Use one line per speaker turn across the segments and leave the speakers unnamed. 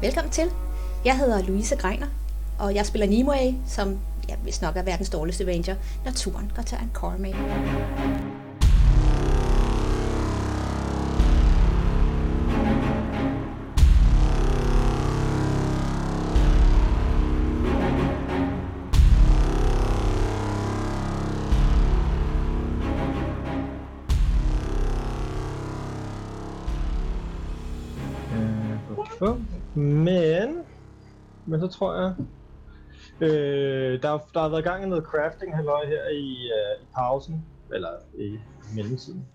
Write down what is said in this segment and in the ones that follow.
Velkommen til. Jeg hedder Louise Greiner, og jeg spiller Nimue, som ja, vist nok er verdens dårligste ranger, når turen går til Angkor med.
Øh, hvorfor? Men... Men så tror jeg... Øh, der, der har været gang i noget crafting halløj her i, øh, i pausen. Eller i mellemtiden.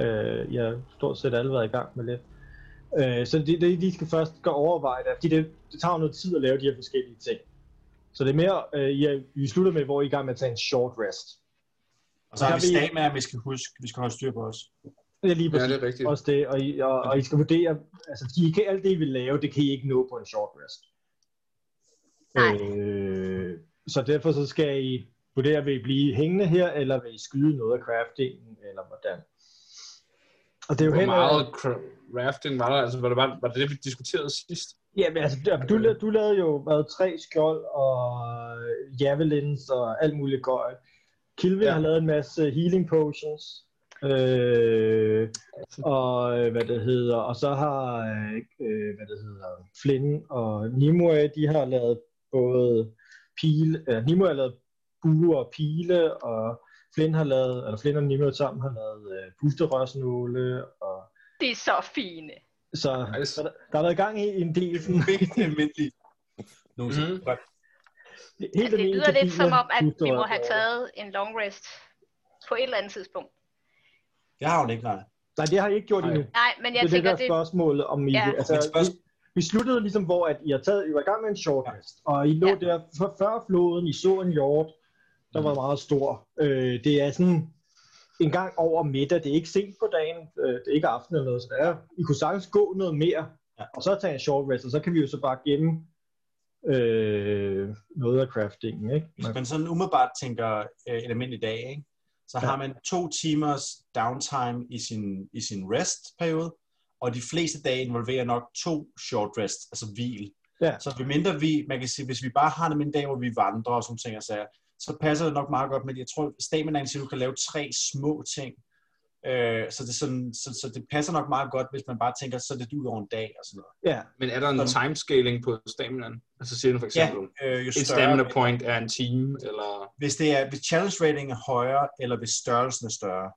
Øh, jeg har stort set alle været i gang med lidt. Øh, så de, de, de skal først gå overveje det, fordi det, det tager jo noget tid at lave de her forskellige ting. Så det er mere, øh, jeg, vi slutter med, hvor I er i gang med at tage en short rest.
Og så har
Der
vi
vi-
stamaer, vi skal huske, vi skal holde styr på os.
Det er lige
Ja,
præcis.
det er rigtigt.
også det, og I, og, og I skal vurdere, altså fordi I kan, alt det, I vil lave, det kan I ikke nå på en short rest.
Nej.
Øh, så derfor så skal I vurdere, vil I blive hængende her, eller vil I skyde noget af craftingen, eller hvordan. Og det er jo
Hvor
heller...
meget cra- rafting var der? Altså, var det, bare, var det det, vi diskuterede sidst?
Ja, men altså, du- du, la- du lavede jo hvad, tre skjold og øh, javelins og alt muligt gøjl. Kilvin ja.
Ja.
har lavet en masse healing potions. Øh, og øh, hvad det hedder, og så har øh, hvad det hedder, Flynn og Nimue, de har lavet både pile, øh, Nimue har lavet buer og pile, og Flynn har lavet, eller Flynn og Nimue sammen har lavet øh, pusterørsnåle, og
Det er så fine.
så
Nice.
der, der har været gang i en del sådan,
Vigtig almindelig. Nogensinde.
Mhm.
Helt
Altså, det
almindelige
lyder lidt som
gardiner,
om, at vi må
pusterør.
have taget en long rest på et eller andet tidspunkt.
Jeg har jo det ikke, nej.
Nej, det har I ikke gjort
Nej.
endnu.
Nej, men jeg
det er
tænker,
det der
det,
spørgsmål om I...
Ja.
Altså,
Men spørgsmål-
vi, vi sluttede ligesom, hvor at I, har taget, I var i gang med en short
Ja.
rest, og I lå
Ja.
der f- før floden, I så en hjort,
Mm.
der var meget stor. Øh, det er sådan en gang over middag, det er ikke sent på dagen, øh, det er ikke aften eller noget, så det er, I kunne sagtens gå noget mere,
Ja.
og så tage en short rest, og så kan vi jo så bare gemme øh, noget af craftingen, ikke?
Hvis man sådan umiddelbart tænker øh, en almindelig dag, ikke? så
Ja.
har man to timers downtime i sin, i sin rest-periode, og de fleste dage involverer nok to short rest, altså hvil.
Ja.
Så mindre vi, man kan sige, hvis vi bare har en almindelig dag, hvor vi vandrer og sådan ting og sager, så passer det nok meget godt med, jeg tror, stamina siger, du kan lave tre små ting, øh, så, det er sådan, så, så, det passer nok meget godt, hvis man bare tænker, så er det ud over en dag og sådan noget.
Ja,
Men er der en
Sådan.
timescaling på staminaen? Altså siger du for
Ja,
eksempel,
øh, jo
et
større,
stamina point er en time, eller...
hvis, det er, hvis challenge rating er højere, eller hvis størrelsen er større.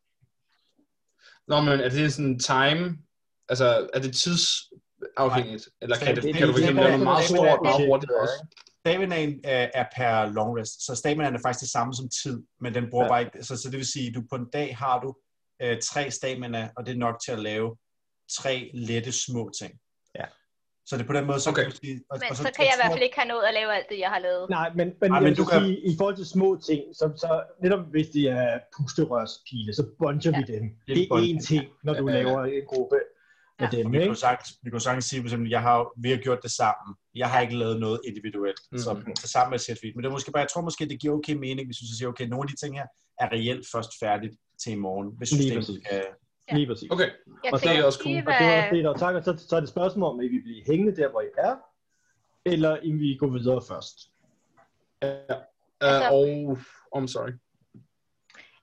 Nå, men er det sådan time... Altså, er det tidsafhængigt? Eller kan, det,
Det er-
kan du for
det er-
eksempel lave noget meget
det er-
stort, meget
det er-
hurtigt også?
Staminaen øh, er per long rest, så staminaen er faktisk det samme som tid, men den bruger
Ja.
ja. bare ikke, så, så det vil sige, at du på en dag har du øh, tre stamina, og det er nok til at lave tre lette små ting.
Ja.
Så det er på den måde, så
Okay.
kan du sige... Og,
men så kan jeg i hvert fald ikke have nået at lave alt det, jeg har lavet.
Nej, men, men,
Ej,
Ej,
men
men
du
du
kan-
sige, i forhold til små ting, så, så netop hvis det er pusterørspile, så buncher ja. vi dem.
er
Det er
bunch.
én ting, når du
Ja, ja, ja.
laver en gruppe af
Ja.
dem,
Vi kan jo
ikke?
sagtens, vi kan jo sagtens sige, for eksempel, jeg har, vi har gjort det sammen. Jeg har ikke lavet noget individuelt, mm.
Mm-hmm.
så,
Mhm.
så sammen med Setfeed. Men det er måske bare, jeg tror måske, det giver okay mening, hvis du så siger, okay, nogle af de ting her er reelt først færdigt til i morgen, hvis
Lige
systemet
præcis.
kan...
Ja.
Lige præcis.
Okay,
Jeg
og det er
tænker
også cool.
lige,
Og det var også
hvad...
det, der var tak, og så, så er det spørgsmål om, om I vil blive hængende der, hvor I er, eller om vi går videre først.
uh,
Altså-
og... Uh, oh, I'm sorry.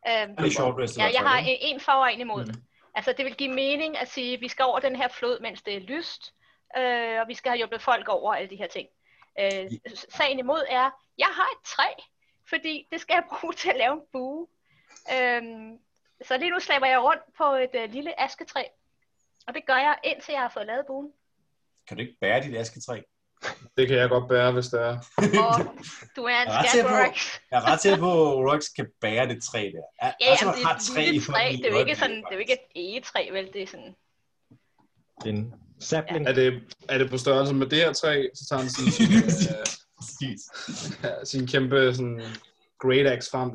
øhm,
Det er short rest. i
ja,
hvert
jeg
fald,
har
ikke?
en, en for og en imod.
Mm.
Altså, det vil give mening at sige, at vi skal over den her flod, mens det er lyst, øh, og vi skal have hjulpet folk over alle de her ting. Øh, s- sagen imod er, jeg har et træ, fordi det skal jeg bruge til at lave en bue. Øhm, så lige nu slapper jeg rundt på et øh, lille asketræ, og det gør jeg, indtil jeg har fået lavet buen.
Kan du ikke bære dit asketræ?
Det kan jeg godt bære, hvis det er.
Og du er en
Jeg er ret sikker på-
skatborax.
Jeg er ret til på, at Rolex kan bære det træ der. Er,
Ja,
altså,
jamen, det er
har
et
træ i
lille træ.
hånden i
Det er jo ikke,
øjeblikket,
sådan, det er jo ikke
faktisk.
et egetræ, vel? Det er sådan...
En sapling.
Er det, er det på størrelse med det her træ, så tager han sin, øh,
Præcis.
sin kæmpe sådan, great axe frem.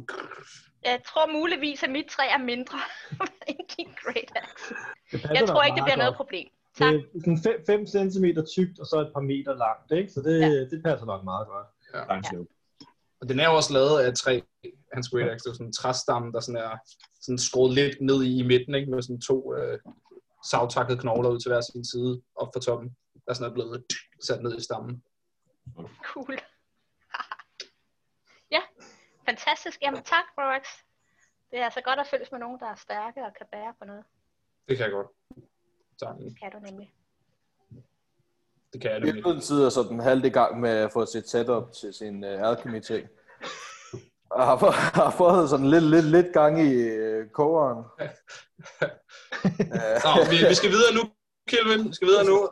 Jeg tror muligvis, at mit træ er mindre end din Great Axe.
Det passer
Jeg
dig
tror ikke, det
meget
bliver noget
godt.
problem.
Det
Tak.
er sådan 5 cm tykt, og så et par meter langt, ikke? Så det,
Ja.
ja. det passer nok meget godt.
Langsløb.
Og den er jo også lavet af et træ, hans great axe. Det er jo sådan en træstamme, der sådan er sådan skåret lidt ned i, i midten, ikke? med sådan to øh, savtakkede knogler ud til hver sin side op for toppen. Der sådan er blevet sat ned i stammen.
Cool. ja, fantastisk. Jamen tak, Rorax. Det er altså godt at følges med nogen, der er stærke og kan bære på noget.
Det kan jeg godt. Tak.
Kan du nemlig.
Det kan jeg nemlig.
Virkeligheden sidder sådan halvt i gang med at få sit setup til sin uh, alchemy-ting. Og har, få- har fået sådan lidt, lidt, lidt gang i uh, kogeren. Øh,
Nå, vi, vi skal videre nu, Kelvin. Vi skal videre nu.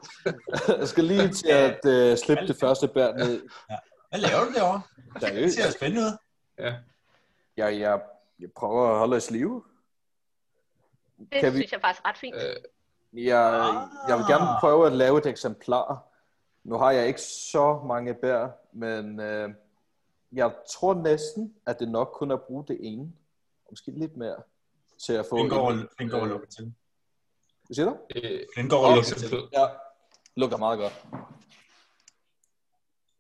Jeg skal lige til at uh, slippe det første bær ned.
Hvad laver du derovre? Det
Seriøst.
ser spændende ud.
Jeg, jeg, jeg prøver at holde os i live.
Det
Kan vi-
synes jeg faktisk er ret fint.
Øh,
Jeg, jeg vil gerne
Ah.
prøve at lave et eksemplar. Nu har jeg ikke så mange bær, men øh, jeg tror næsten, at det nok kun er at bruge det ene. Måske lidt mere til at få...
Den går,
en-
den går og lukker til.
Hvad siger du?
øh,
Den går og lukker til.
Ja, lugter meget godt.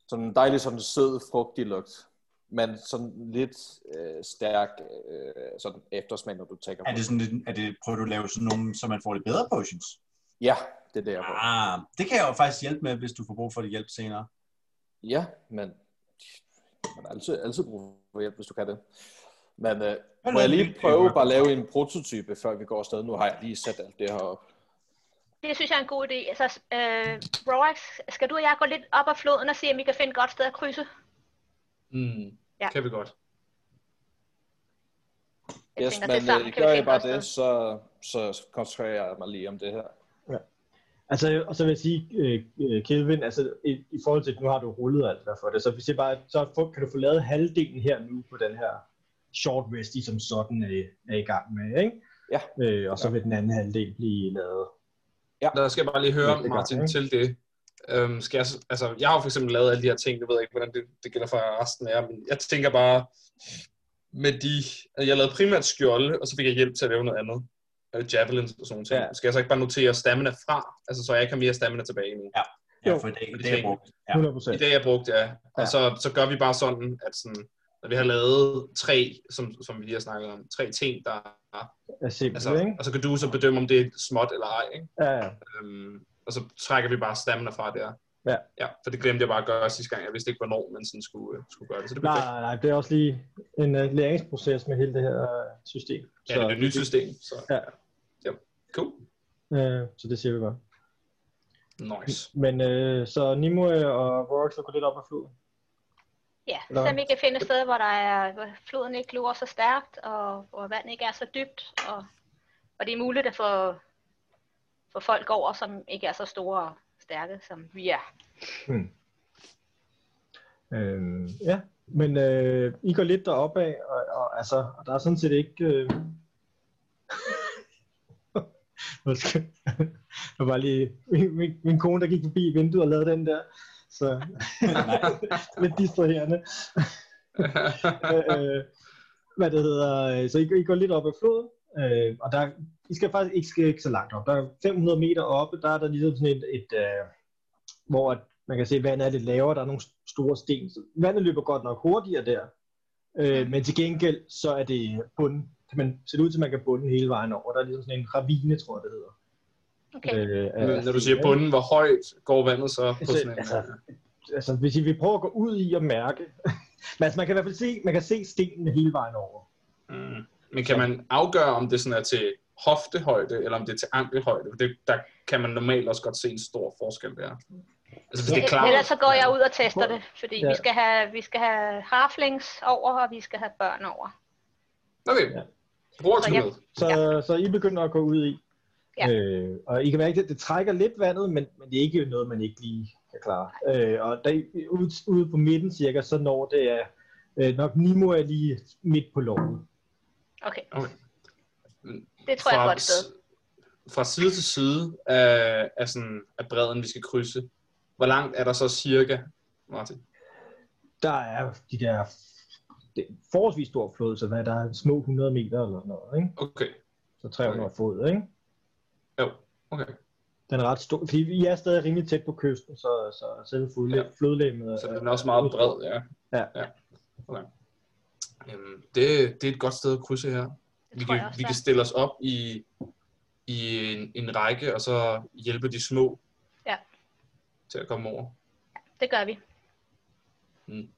Sådan en dejlig, sådan sød, frugtig lugt. Men sådan lidt øh, stærk øh, sådan eftersmag, når du tænker på
Er det sådan lidt, er det, prøver du at lave sådan nogle, så man får lidt bedre potions?
Ja, det er det, jeg får.
Ah, det kan jeg jo faktisk hjælpe med, hvis du får brug for det hjælp senere.
Ja, men man har altid, altid brug for hjælp, hvis du kan det. Men øh, må jeg lige prøve bare at lave en prototype, før vi går afsted? Nu har jeg lige sat alt det her op.
Det synes jeg er en god idé. Altså, øh, Rorax, skal du og jeg gå lidt op ad floden og se, om vi kan finde et godt sted at krydse?
mm,
Ja.
Kan vi godt.
Jeg
Yes,
tænker, det
men
sammen
øh,
kan vi
gør
finde
jeg bare
et godt
det, så, så koncentrerer jeg mig lige om det her.
Altså, og så vil jeg sige, øh, øh, Kelvin, altså i, i forhold til, at nu har du rullet alt der for det, så hvis jeg bare, så få- kan du få lavet halvdelen her nu på den her short rest, I som sådan er, er i gang med, ikke?
Ja.
Øh, og så vil den anden halvdel blive lavet.
Der skal jeg bare lige høre,
Næste gang,
Martin,
ikke?
til det. Øhm, skal jeg, s- altså, jeg har jo for eksempel lavet alle de her ting, nu ved jeg ikke, hvordan det, det gælder for resten af jer, men jeg tænker bare, med de, at jeg lavede primært skjolde, og så fik jeg hjælp til at lave noget andet. Øh, javelins og sådan noget.
Ja.
Ja. Skal jeg så ikke bare notere stamina fra, altså så jeg ikke har mere stamina tilbage nu?
Ja,
Jo.
for i dag, i
Det
dag er
tænker
brugt. Ja.
100
I
procent.
dag er brugt, ja. Og
Ja.
så, så gør vi bare sådan, at sådan, når vi har lavet tre, som, som vi lige har snakket om, tre ting, der
Er simpelt,
altså,
altså, ikke?
og så kan du så bedømme, om det er småt eller ej, ikke?
Ja, ja.
Øhm, og så trækker vi bare stamina fra der.
Ja.
ja. For det glemte jeg bare at gøre sidste gang. Jeg vidste ikke, hvornår man sådan skulle, øh, skulle gøre det. Så det er
Nej,
perfekt.
nej, nej, det er også lige en uh, læringsproces med hele det her øh, system.
Ja, det er et nyt system. Så.
Ja.
ja. Cool.
Øh, så det siger vi bare.
Nice.
Men øh, så Nimue og Rorax vil gå lidt op ad floden.
Ja,
Eller
så
hvad?
vi kan finde et sted, hvor, der er, hvor floden ikke lurer så stærkt, og hvor vandet ikke er så dybt, og, og det er muligt at få, få folk over, som ikke er så store og stærke, som vi er.
Øh, ja, men øh, I går lidt deroppe af, og, og, altså, og der er sådan set ikke... Øh... Undskyld. det var bare lige min, min, min kone, der gik forbi vinduet og lavede den der. Så lidt distraherende. øh, hvad det hedder, øh, så I, I går lidt op ad floden, øh, og der, I skal faktisk ikke, skal ikke så langt op. Der er 500 meter oppe, der er der ligesom sådan et, et øh, hvor at man kan se, at vandet er lidt lavere, der er nogle store sten. Så vandet løber godt nok hurtigere der, øh, men til gengæld så er det bunden. Kan man ser det ud til, at man kan bunde hele vejen over. Der er ligesom sådan en ravine, tror jeg, det hedder.
Okay.
Øh,
Men
af
Når du
sten,
siger
ikke?
bunden, hvor højt går vandet så på
Så,
sådan en...
altså, altså, hvis I vil prøve at gå ud i og mærke. Men altså, man kan i hvert fald se, man kan se stenene hele vejen over.
Mm. Men kan man afgøre, om det sådan er til hoftehøjde, eller om det er til ankelhøjde? For Det, der kan man normalt også godt se en stor forskel der. Altså, hvis det er klart...
Ellers så går jeg ud og tester det, fordi
Ja.
vi skal have, vi skal have harflings over, og vi skal have børn over.
Okay.
Ja.
Rorax
Så
med.
jeg-
Så, ja. så I begynder at gå ud i.
Ja.
Øh, og I kan mærke, at det trækker lidt vandet, men, men det er ikke noget, man ikke lige kan klare. Øh, og der, I- ude, ude på midten cirka, så når det er øh, nok Nimo er lige midt på loven.
Okay,
Okay.
det tror jeg er et godt sted.
Fra side til side af, af, sådan, af bredden, vi skal krydse, hvor langt er der så cirka, Martin?
Der er de der det er forholdsvis stor flod, så hvad, der er små 100 meter eller noget, ikke?
Okay.
Så 300 fod, ikke?
Jo, okay.
Den er ret stor, fordi I er stadig rimelig tæt på kysten, så, så selve flodlæ-
Ja.
flodlemmet
Så den er også meget bred, ja.
Ja.
ja. Okay. Øhm, det, det er et godt sted at krydse her. Vi
tror jeg
kan,
også,
vi
det
kan
er.
stille os op i, i en, en række, og så hjælpe de små
Ja.
til at komme over.
det gør vi.
Mm.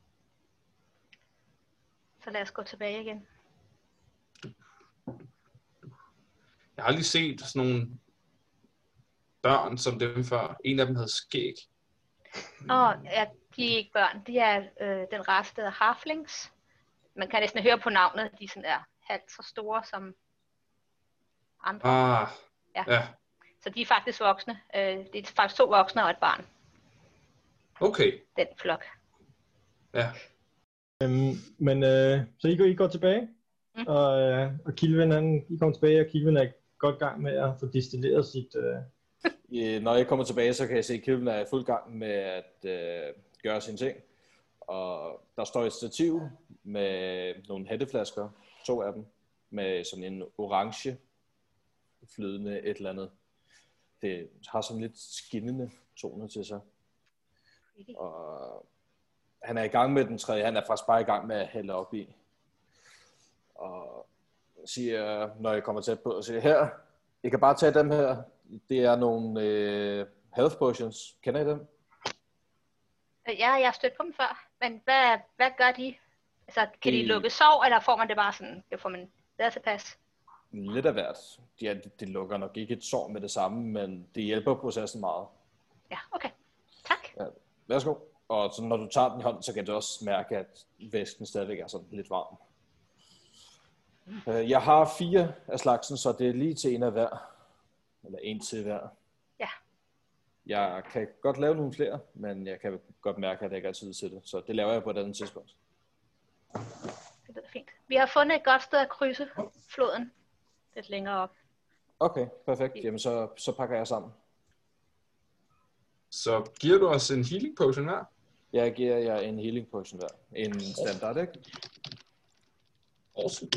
Så lad os gå tilbage igen.
Jeg har aldrig set sådan nogle børn som dem før. En af dem havde skæg.
Og ja, de er ikke børn, de er øh, den restede harflings. Man kan næsten høre på navnet, at de sådan er halvt så store som andre.
Ah,
Ja.
ja. ja.
Så de er faktisk voksne. Øh, det er faktisk to voksne og et barn,
Okay,
den flok.
ja.
Øhm, men øh, så I går, I går tilbage,
Mm.
mm. og, øh, og Kilvin, han, I kommer tilbage, og Kilvin er godt i gang med at få distilleret sit... Øh,
Øh, Når jeg kommer tilbage, så kan jeg se, at Kilden er i fuld gang med at øh, gøre sine ting. Og der står et stativ med nogle hætteflasker, to af dem, med sådan en orange flydende et eller andet. Det har sådan lidt skinnende toner til sig. Og han er i gang med den tredje, han er faktisk bare i gang med at hælde op i. Og siger, når jeg kommer tæt på, og siger, her, I kan bare tage dem her. Det er nogle øh, health potions. Kender I dem?
Øh, Ja, jeg har stødt på dem før, men hvad, hvad gør de? Altså, kan de
De-
lukke sov, eller får man det bare sådan, det får man lavet tilpas?
Lidt af hvert. De, er, det lukker nok ikke et sår med det samme, men det hjælper processen meget.
Ja, okay. Tak.
Værsgo. Og så når du tager den i hånden, så kan du også mærke, at væsken stadigvæk er sådan lidt varm. Øh, Jeg har fire af slagsen, så det er lige til en af hver. Eller en til hver.
Ja.
Jeg kan godt lave nogle flere, men jeg kan godt mærke, at jeg ikke har tid til det. Så det laver jeg på et andet tidspunkt.
Det lyder fint. Vi har fundet et godt sted at krydse floden lidt længere op.
Okay, perfekt. Jamen så, så pakker jeg sammen.
Så giver du os en healing potion hver?
Jeg giver jer en healing potion hver. En standard, ikke?
Awesome.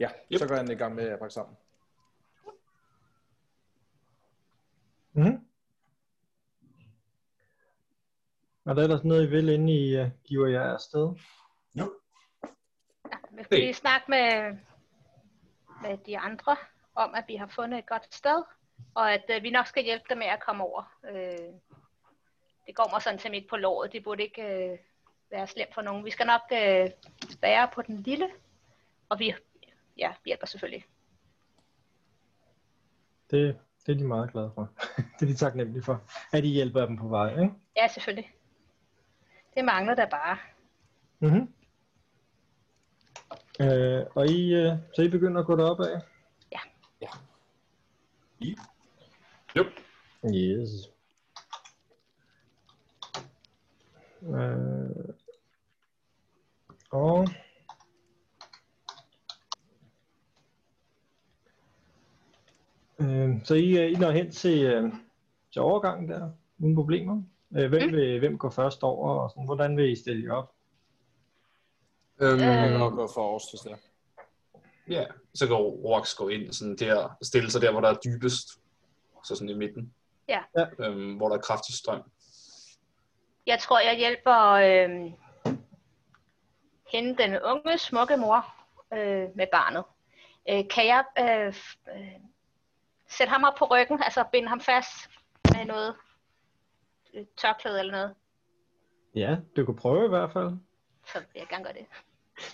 Ja,
Yep.
yep. så går jeg den i gang med at pakke sammen.
mm-hmm. Og der er der sådan noget, I vil, inden I uh, giver jer afsted.
Vi skal lige snakke med, med de andre om, at vi har fundet et godt sted, og at øh, vi nok skal hjælpe dem med at komme over. Øh, det går mig sådan til midt på låret. Det burde ikke øh, være slemt for nogen. Vi skal nok øh, være på den lille, og vi ja, vi hjælper selvfølgelig.
Det, det er de meget glade for. det er de taknemmelige for, at I hjælper dem på vej, ikke?
Ja, selvfølgelig. Det mangler der bare.
Mm-hmm. Øh, og I, øh, så I begynder at gå derop af?
Ja.
Ja.
I? Yep.
Yes. Øh, og... Øh, så I, øh, I når hen til, øh, til overgangen der, uden problemer. Øh, hvem,
Mm.
vil, hvem går først over, og sådan, hvordan vil I stille jer op?
Øhm,
Øh.
Og
og-
gå forrest, hvis det er.
Ja, så kan Rox gå ind sådan der, og stille sig der, hvor der er dybest. Så sådan i midten.
Ja.
Ja.
Øhm, hvor der er kraftig strøm.
Jeg tror, jeg hjælper øh, hende, den unge, smukke mor, øh, med barnet. Øh, kan jeg øh, f- øh, sætte ham op på ryggen, altså binde ham fast med noget øh, tørklæde eller noget?
Ja, du kan prøve i hvert fald.
Så vil jeg gerne gøre det.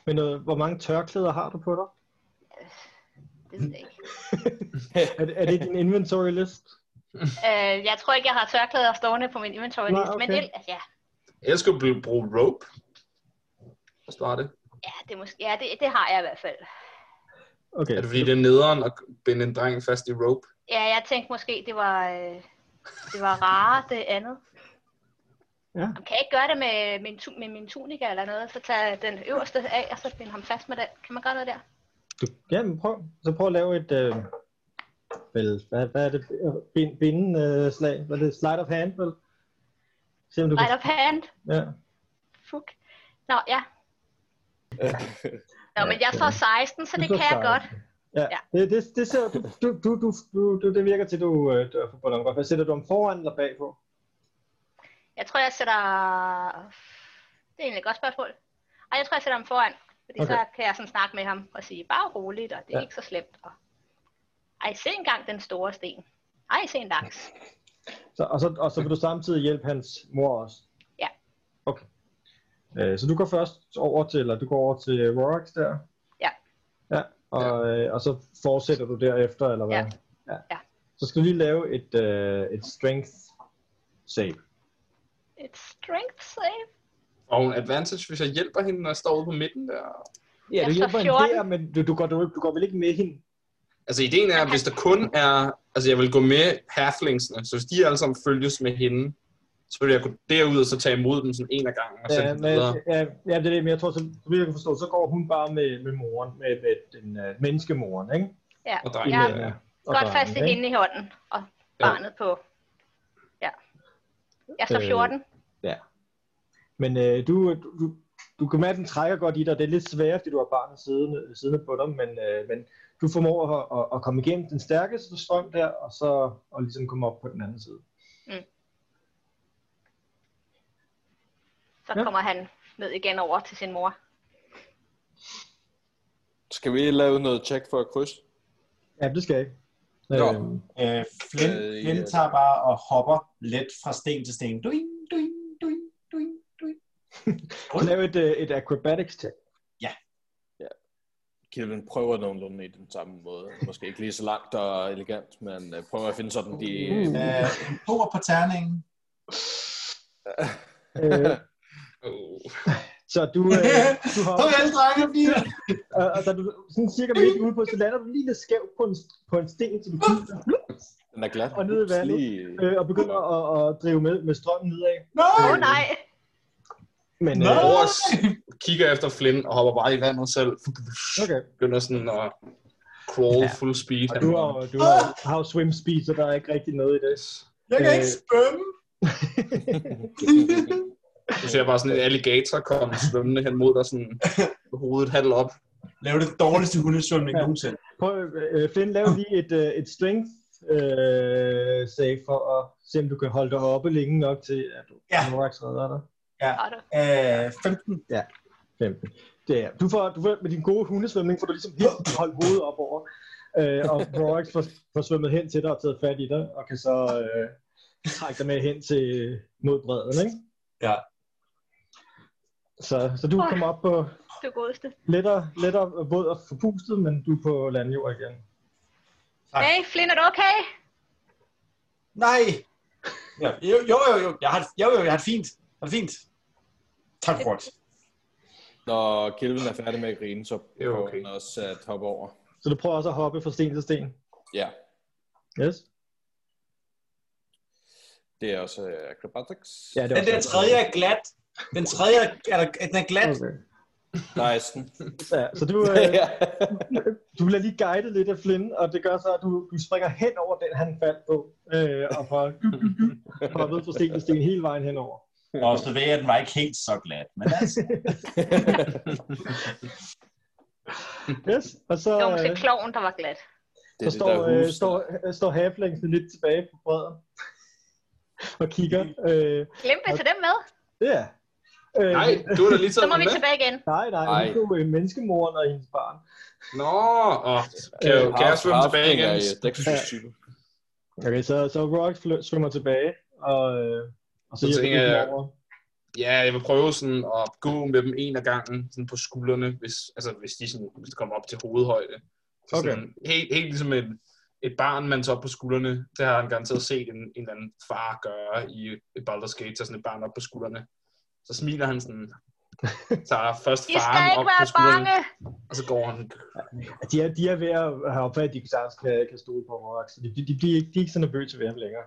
Men øh, hvor mange tørklæder har du på dig?
Det ved jeg ikke.
Er, det- er det din inventory list?
Øh, jeg tror ikke, jeg har tørklæder stående på min inventory list,
Nej,
okay. men
okay.
el- ja,
Jeg skulle blive- bruge rope. Hvad står det?
ja, det, er måske, ja det, det har jeg i hvert fald.
Okay.
Er det fordi, det er nederen at binde en dreng fast i rope?
Ja, jeg tænkte måske, det var, øh, det var rare, det andet.
Ja.
Jamen, Kan jeg ikke gøre det med min, tu- med min tunika eller noget? Så tage den øverste af, og så binde ham fast med den. Kan man gøre noget der?
Du, ja, men prøv, så prøv at lave et... Øh, vel, hvad, hvad er det? Bind, binden, øh, slag? Hvad er det? Slide of hand, vel? Se om du
Right
kan...
up hand.
Ja.
Fuck. Nå, ja. Nå, men jeg får 16, så
Du
det
slår
kan jeg
16.
godt.
Ja,
Ja.
ja. Det, det, det, ser, du, du, du, du, du, du, det virker til, du, øh, du er på ballon godt. Hvad sætter du om foran eller bagpå?
Jeg tror, jeg sætter... Det er egentlig et godt spørgsmål. Ej, jeg tror, jeg sætter ham foran. Fordi okay.
Okay.
så kan jeg sådan snakke med ham og sige, bare roligt, og det er ja.
Ja.
ikke så slemt. Og... Ej, se engang den store sten. Ej, se en laks.
Så, og, så, og så vil du samtidig hjælpe hans mor også?
Ja.
Okay. Øh, så du går først over til, eller du går over til Rorax der?
Ja.
Ja, og, ja. og så fortsætter du derefter, eller hvad?
Ja. Ja.
Så skal du lige lave et, øh, et strength save.
Et strength save.
Og en advantage, hvis jeg hjælper hende, når jeg står ude på midten der.
Ja, du
så
hjælper hende
14.
der, men du, du, går, du, du går vel ikke med hende?
Altså ideen er, at hvis der kun er... Altså jeg vil gå med halflingsene, så hvis de alle sammen følges med hende, så vil jeg gå derud og så tage imod dem sådan en af gangen og sende
Ja,
dem
men, ja,
videre.
ja, det er det, men jeg tror, så, så vidt jeg kan forstå, så går hun bare med, med moren, med, med den øh, menneskemoren, ikke?
Ja.
Og drengen.
Ja.
Øh, og
Godt fast i
drengen, ikke?
hende i hånden, og barnet på. Ja. Jeg står
Øh,
14.
Men øh, du, du, du- du kan mærke, at den trækker godt i dig. Det er lidt sværere, fordi du har barnet siddende, siddende på dig, men, øh, men du formår at, at, at komme igennem den stærkeste strøm der, og så og ligesom komme op på den anden side.
Så
ja.
kommer han ned igen over til sin mor.
Skal vi lave noget check for at krydse?
Ja, det skal jeg ikke.
Nå.
Øh,
Øh, Flint,
Øh, ja.
Flint tager bare og hopper let fra sten til sten. Duing, duing, duing, duing, duing.
lav et, øh, et acrobatics check.
Kilvin prøver nogenlunde i den samme måde. Måske ikke lige så langt og elegant, men øh, prøver at finde sådan de...
Mm.
Øh, en toer på terningen.
Øh,
Åh.
så du, øh, du har...
Kom igen, drenge og piger.
Og, og da du sådan cirka midt ude på, så lander du lige lidt skævt på en, på en sten, så du kigger,
Den er glat.
Og ned i
Ups,
vandet.
lige-
øh, og begynder at, at drive med, med strømmen nedad.
Nå,
Åh oh, nej,
Men,
Nå!
øh,
Roras kigger efter Flynn og hopper bare i vandet selv.
okay.
Begynder sådan at crawl ja. full speed.
Og du har, jo- du har, jo- har jo swim speed, så der er ikke rigtig noget i det.
jeg kan
Øh.
ikke svømme.
Du ser bare sådan en alligator komme svømmende hen mod dig, sådan med hovedet halvt op.
Lav det dårligste hundesvømning
Ja.
nogensinde.
Prøv, øh, Finn, lav lige et, øh, et strength øh, save for at se, om du kan holde dig oppe længe nok til, at du
Ja.
ja. redder dig.
har du.
Øh, 15.
15. Det er. Du, får, du får, med din gode hundesvømning får du ligesom helt holdt hovedet op over. Øh, og Rorax får, får svømmet hen til dig og taget fat i dig, og kan så øh, trække dig med hen til øh, mod bredden, ikke?
Ja.
Så, så du kommer op på
Du godeste.
lettere, lettere våd og forpustet, men du er på landjord igen.
Nej.
Hey, Flynn, er du okay?
Nej. Ja, jo, jo, jo, jo. Jeg har, det- jo, jo, jeg har det fint. Jeg har det fint. Tak for det.
Når Kilvin er færdig med at grine, så
Jo,
prøver
okay.
han også at hoppe over.
Så du prøver også at hoppe fra sten til sten.
Ja,
Yes.
det er også øh, acrobatics.
Ja, det var
Den der
så-
tredje er glat. Den tredje er, er, der, den er glat.
Okay.
Nice.
Ja, så du, øh,
ja.
du bliver lige guidet lidt af Flynn, og det gør så, at du, du springer hen over den, han faldt på, øh, og fra hoppet fra sten til sten hele vejen henover.
Og så ved jeg, at den var ikke helt så glat. Men altså,
Yes, og så,
Det var
øh,
måske kloven, der var glat.
Det
så
er det,
står,
der
øh,
hus.
står, øh, står halflingsen lidt tilbage på bredden og kigger. Øh,
Glemte til dem med.
ja. Øh,
Nej, du er da lige
Så
taget
må vi
med.
tilbage igen.
Nej, nej,
Ej.
hun tog øh, menneskemoren og hendes barn.
Nå, åh, kan,
Øh,
jeg, kan jeg svømme tilbage igen?
Det er ikke type.
Okay, så, så Rock fly- svømmer tilbage, og, øh, og så,
Så
så
tænker
hjælper
jeg-
jeg... over.
Ja, jeg vil prøve sådan at gå med dem en af gangen sådan på skuldrene, hvis, altså, hvis, de sådan, hvis det kommer op til hovedhøjde. Så
Okay.
sådan, helt, helt ligesom et, et barn, man tager op på skuldrene. Det har han garanteret set en, en eller anden far gøre i et Baldur's Gate, tager sådan et barn op på skuldrene. Så smiler han sådan, tager først
I skal
faren op
ikke
på
være
skuldrene,
bange.
og så går han.
De er, de er ved at have opfattet, at de sagtens kan, kan stole på Rock, så de, de, de, bliver ikke, de er ikke så nervøse ved ham længere.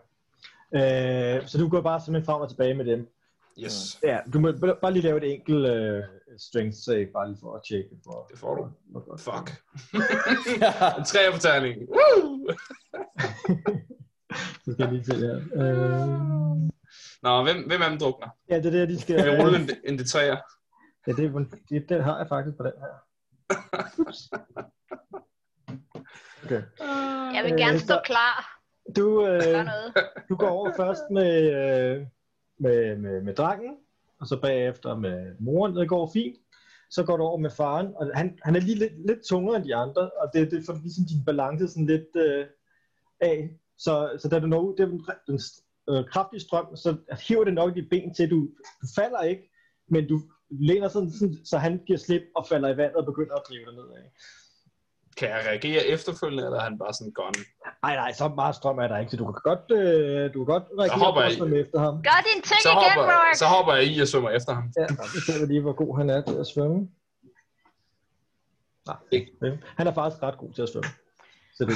Øh, så du går bare simpelthen frem og tilbage med dem.
Yes,
Ja, du må b- bare lige lave et enkelt øh, strength save, bare lige for at tjekke. For,
det får du.
for godt.
Fuck. en træer på terningen. Woo!
Det skal jeg lige se her. Øh,
Nå, hvem, hvem af dem drukner?
ja, det er der, de skal...
Kan vi rulle en, en D3'er?
Ja, det, er- det, den har jeg faktisk på den her. Ups. Okay.
Jeg vil gerne stå klar.
Du, øh,
Gør noget.
Du går over først med, øh, med, med, med drengen, og så bagefter med moren, og det går fint. Så går du over med faren, og han, han er lige lidt, lidt tungere end de andre, og det, det får ligesom din balance sådan lidt øh, af. Så, så da du når ud, det er den, den øh, kraftig strøm, så hiver det nok i dit ben til, du, du falder ikke, men du læner sådan, sådan, så han giver slip og falder i vandet og begynder at drive dig nedad.
Kan jeg reagere efterfølgende, eller er han bare sådan gone?
Nej, nej, så meget strøm er der ikke, så du kan godt, øh, du kan godt
hopper
reagere
jeg
på
i.
strøm efter ham.
Gør din ting
Så
igen,
hopper,
Rourke.
så hopper jeg i og svømmer efter ham.
Ja, så ser vi lige, hvor god han er til at svømme. Nej, ikke. det. Han er faktisk ret god til at svømme. Så, det.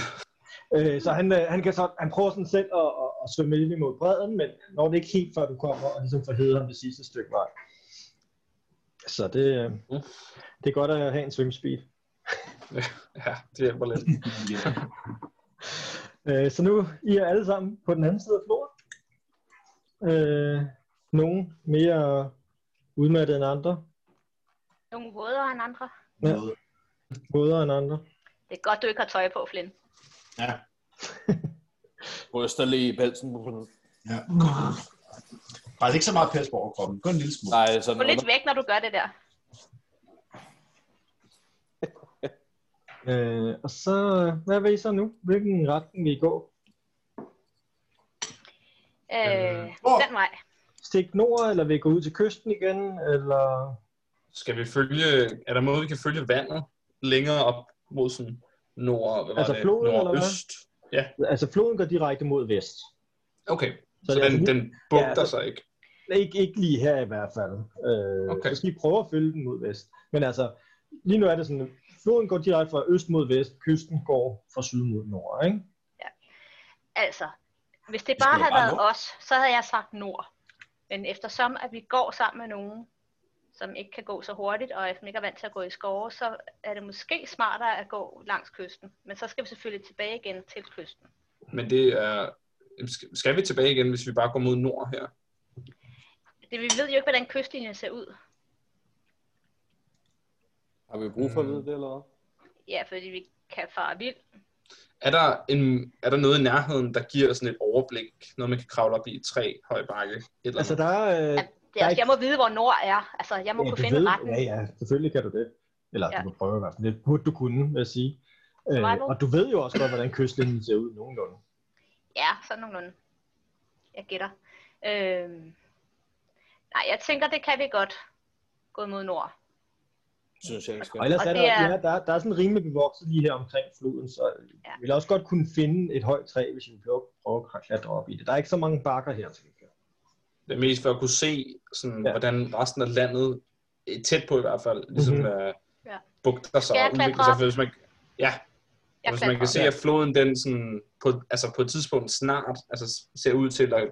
Øh, så han, øh, han, kan så, han prøver sådan selv at, at, at svømme ind imod bredden, men når det ikke helt før du kommer og ligesom får hævet ham det sidste stykke vej. Så det, øh, det er godt at have en svømmespeed.
Ja, det hjælper lidt.
Øh, så nu I er alle sammen på den anden side af floden. Øh, nogen mere udmattede end andre,
Nogle vådere end andre.
Ja. godere end andre.
Det er godt, du ikke har tøj på, Flynn.
Ja.
Ryster lige i pelsen.
ja. Faktisk ikke så meget pels på overkroppen, kun en lille smule.
Nej,
Gå
sådan
lidt væk, når du gør det der.
Øh, og så, hvad vil I så nu? Hvilken retning vil I gå?
Øh,
Hvor?
den vej.
Stik nord, eller vil I gå ud til kysten igen? Eller...
Skal vi følge... Er der måde, vi kan følge vandet længere op mod sådan nord... Hvad var
Altså
det?
floden, eller hvad?
Nordøst?
Altså, floden går direkte mod vest.
Okay,
Så,
så
det er
den,
altså,
den bugter
Ja,
sig ikke.
ikke, ikke lige her i hvert fald. Øh,
Okay.
okay. Så skal I prøve at følge den mod vest. Men altså, lige nu er det sådan, at floden går direkte fra øst mod vest, kysten går fra syd mod nord, ikke?
Altså, hvis det
Vi
bare
skulle
havde
bare
været
nå.
os, så havde jeg sagt nord. Men eftersom, at vi går sammen med nogen, som ikke kan gå så hurtigt, og som ikke er vant til at gå i skove, så er det måske smartere at gå langs kysten. Men så skal vi selvfølgelig tilbage igen til kysten.
Men det er... Skal- Skal vi tilbage igen, hvis vi bare går mod nord her?
Det, vi ved jo ikke, hvordan kystlinjen ser ud.
Har vi brug for at vide det, eller hvad?
Ja, fordi vi kan fare vild.
Er der, en, er der noget i nærheden, der giver sådan et overblik, når man kan kravle op i et træ, høj bakke? Et eller
Altså,
altså,
der er... Øh,
Det er, altså,
Nej.
jeg må vide, hvor nord er. Altså, jeg må
Ja,
kunne
du
finde
ved-
retten.
Ja, ja, selvfølgelig kan du det. Eller ja.
Ja.
du kan prøve i hvert fald. Det burde du kunne, vil jeg sige.
Var
Øh,
du?
og du ved jo også godt, hvordan kystlinjen ser ud nogenlunde.
Ja, sådan nogenlunde. Jeg gætter. Øhm. Nej, jeg tænker, det kan vi godt gå mod nord.
Synes jeg, vi skal.
Og ellers
Og
er der,
det er-
ja, der, der er sådan rimelig bevokset lige her omkring floden, så ja.
Ja.
vi vil også godt kunne finde et højt træ, hvis vi prøver, prøver at klatre op i det. Der er ikke så mange bakker her, til gengæld.
Det er mest for at kunne se, sådan,
Ja.
ja. hvordan resten af landet, eh, tæt på i hvert fald, ligesom
Mhm.
mm-hmm. uh,
Ja.
ja. bugter sig
Skal jeg
og udvikler
klatre
sig.
op?
For Hvis man, ja,
Jeg
hvis man kan se,
klatrer.
at floden den sådan, på, altså på et tidspunkt snart altså, ser ud til at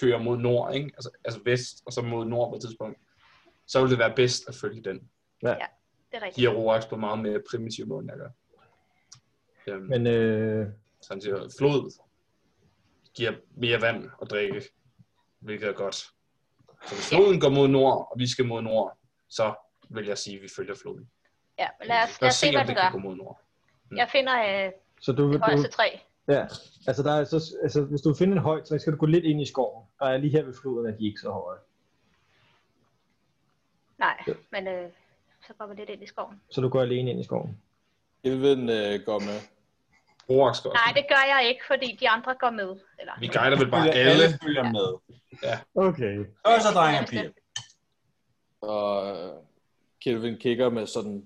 køre mod nord, ikke? Altså, altså vest, og så mod nord på et tidspunkt, så vil det være bedst at følge den.
Det er rigtigt.
Giver Roax på meget mere primitiv måde, end jeg gør. Øhm.
Men øh,
Så han siger, flod giver mere vand at drikke, hvilket er godt. Så hvis floden går mod nord, og vi skal mod nord, så vil jeg sige, at vi følger floden.
Ja, men lad os, lad os se, hvad
om
den
det
gør.
kan gå mod nord.
Jeg finder øh,
så du,
det
du,
højeste træ.
ja, altså der er så, altså, hvis du finder et højt træ, skal du gå lidt ind i skoven. Der er lige her ved floden, at de ikke så høje.
Nej, men øh, så går vi lidt ind i skoven.
Så du går alene ind i skoven.
Elven øh, går med.
Roax går.
Nej, det gør jeg ikke, fordi de andre går med. Eller,
Vi guider vel bare
Følger-
alle.
følger med.
Okay.
Og så drenge og piger.
og øh, Kelvin kigger med sådan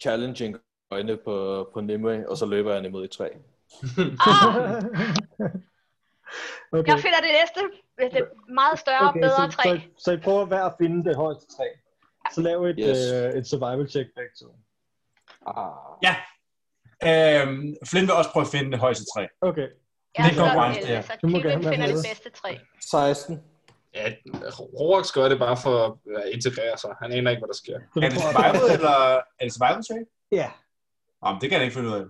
challenging øjne på, på Nimue, og så løber han imod et træ.
Åh,
okay.
jeg finder det næste øh, det meget større og bedre
så,
træ.
Så, så I prøver hver at finde det højeste træ. Så lav et, yes.
Yes.
øh, et survival check begge to.
Ah,
Øhm, Flynn vil også prøve at finde det højeste træ.
Okay.
Jeg
det
er
går
så
godt,
heldig,
ja.
så
Du må
Kilvin
gerne være
finder
med.
det bedste træ.
16.
Ja, Roax gør det bare for at integrere sig. Han aner ikke, hvad der sker.
Så
Er
du
det
prøver-
survival, eller er det survival check?
Ja.
Nå, men det kan jeg ikke finde ud af.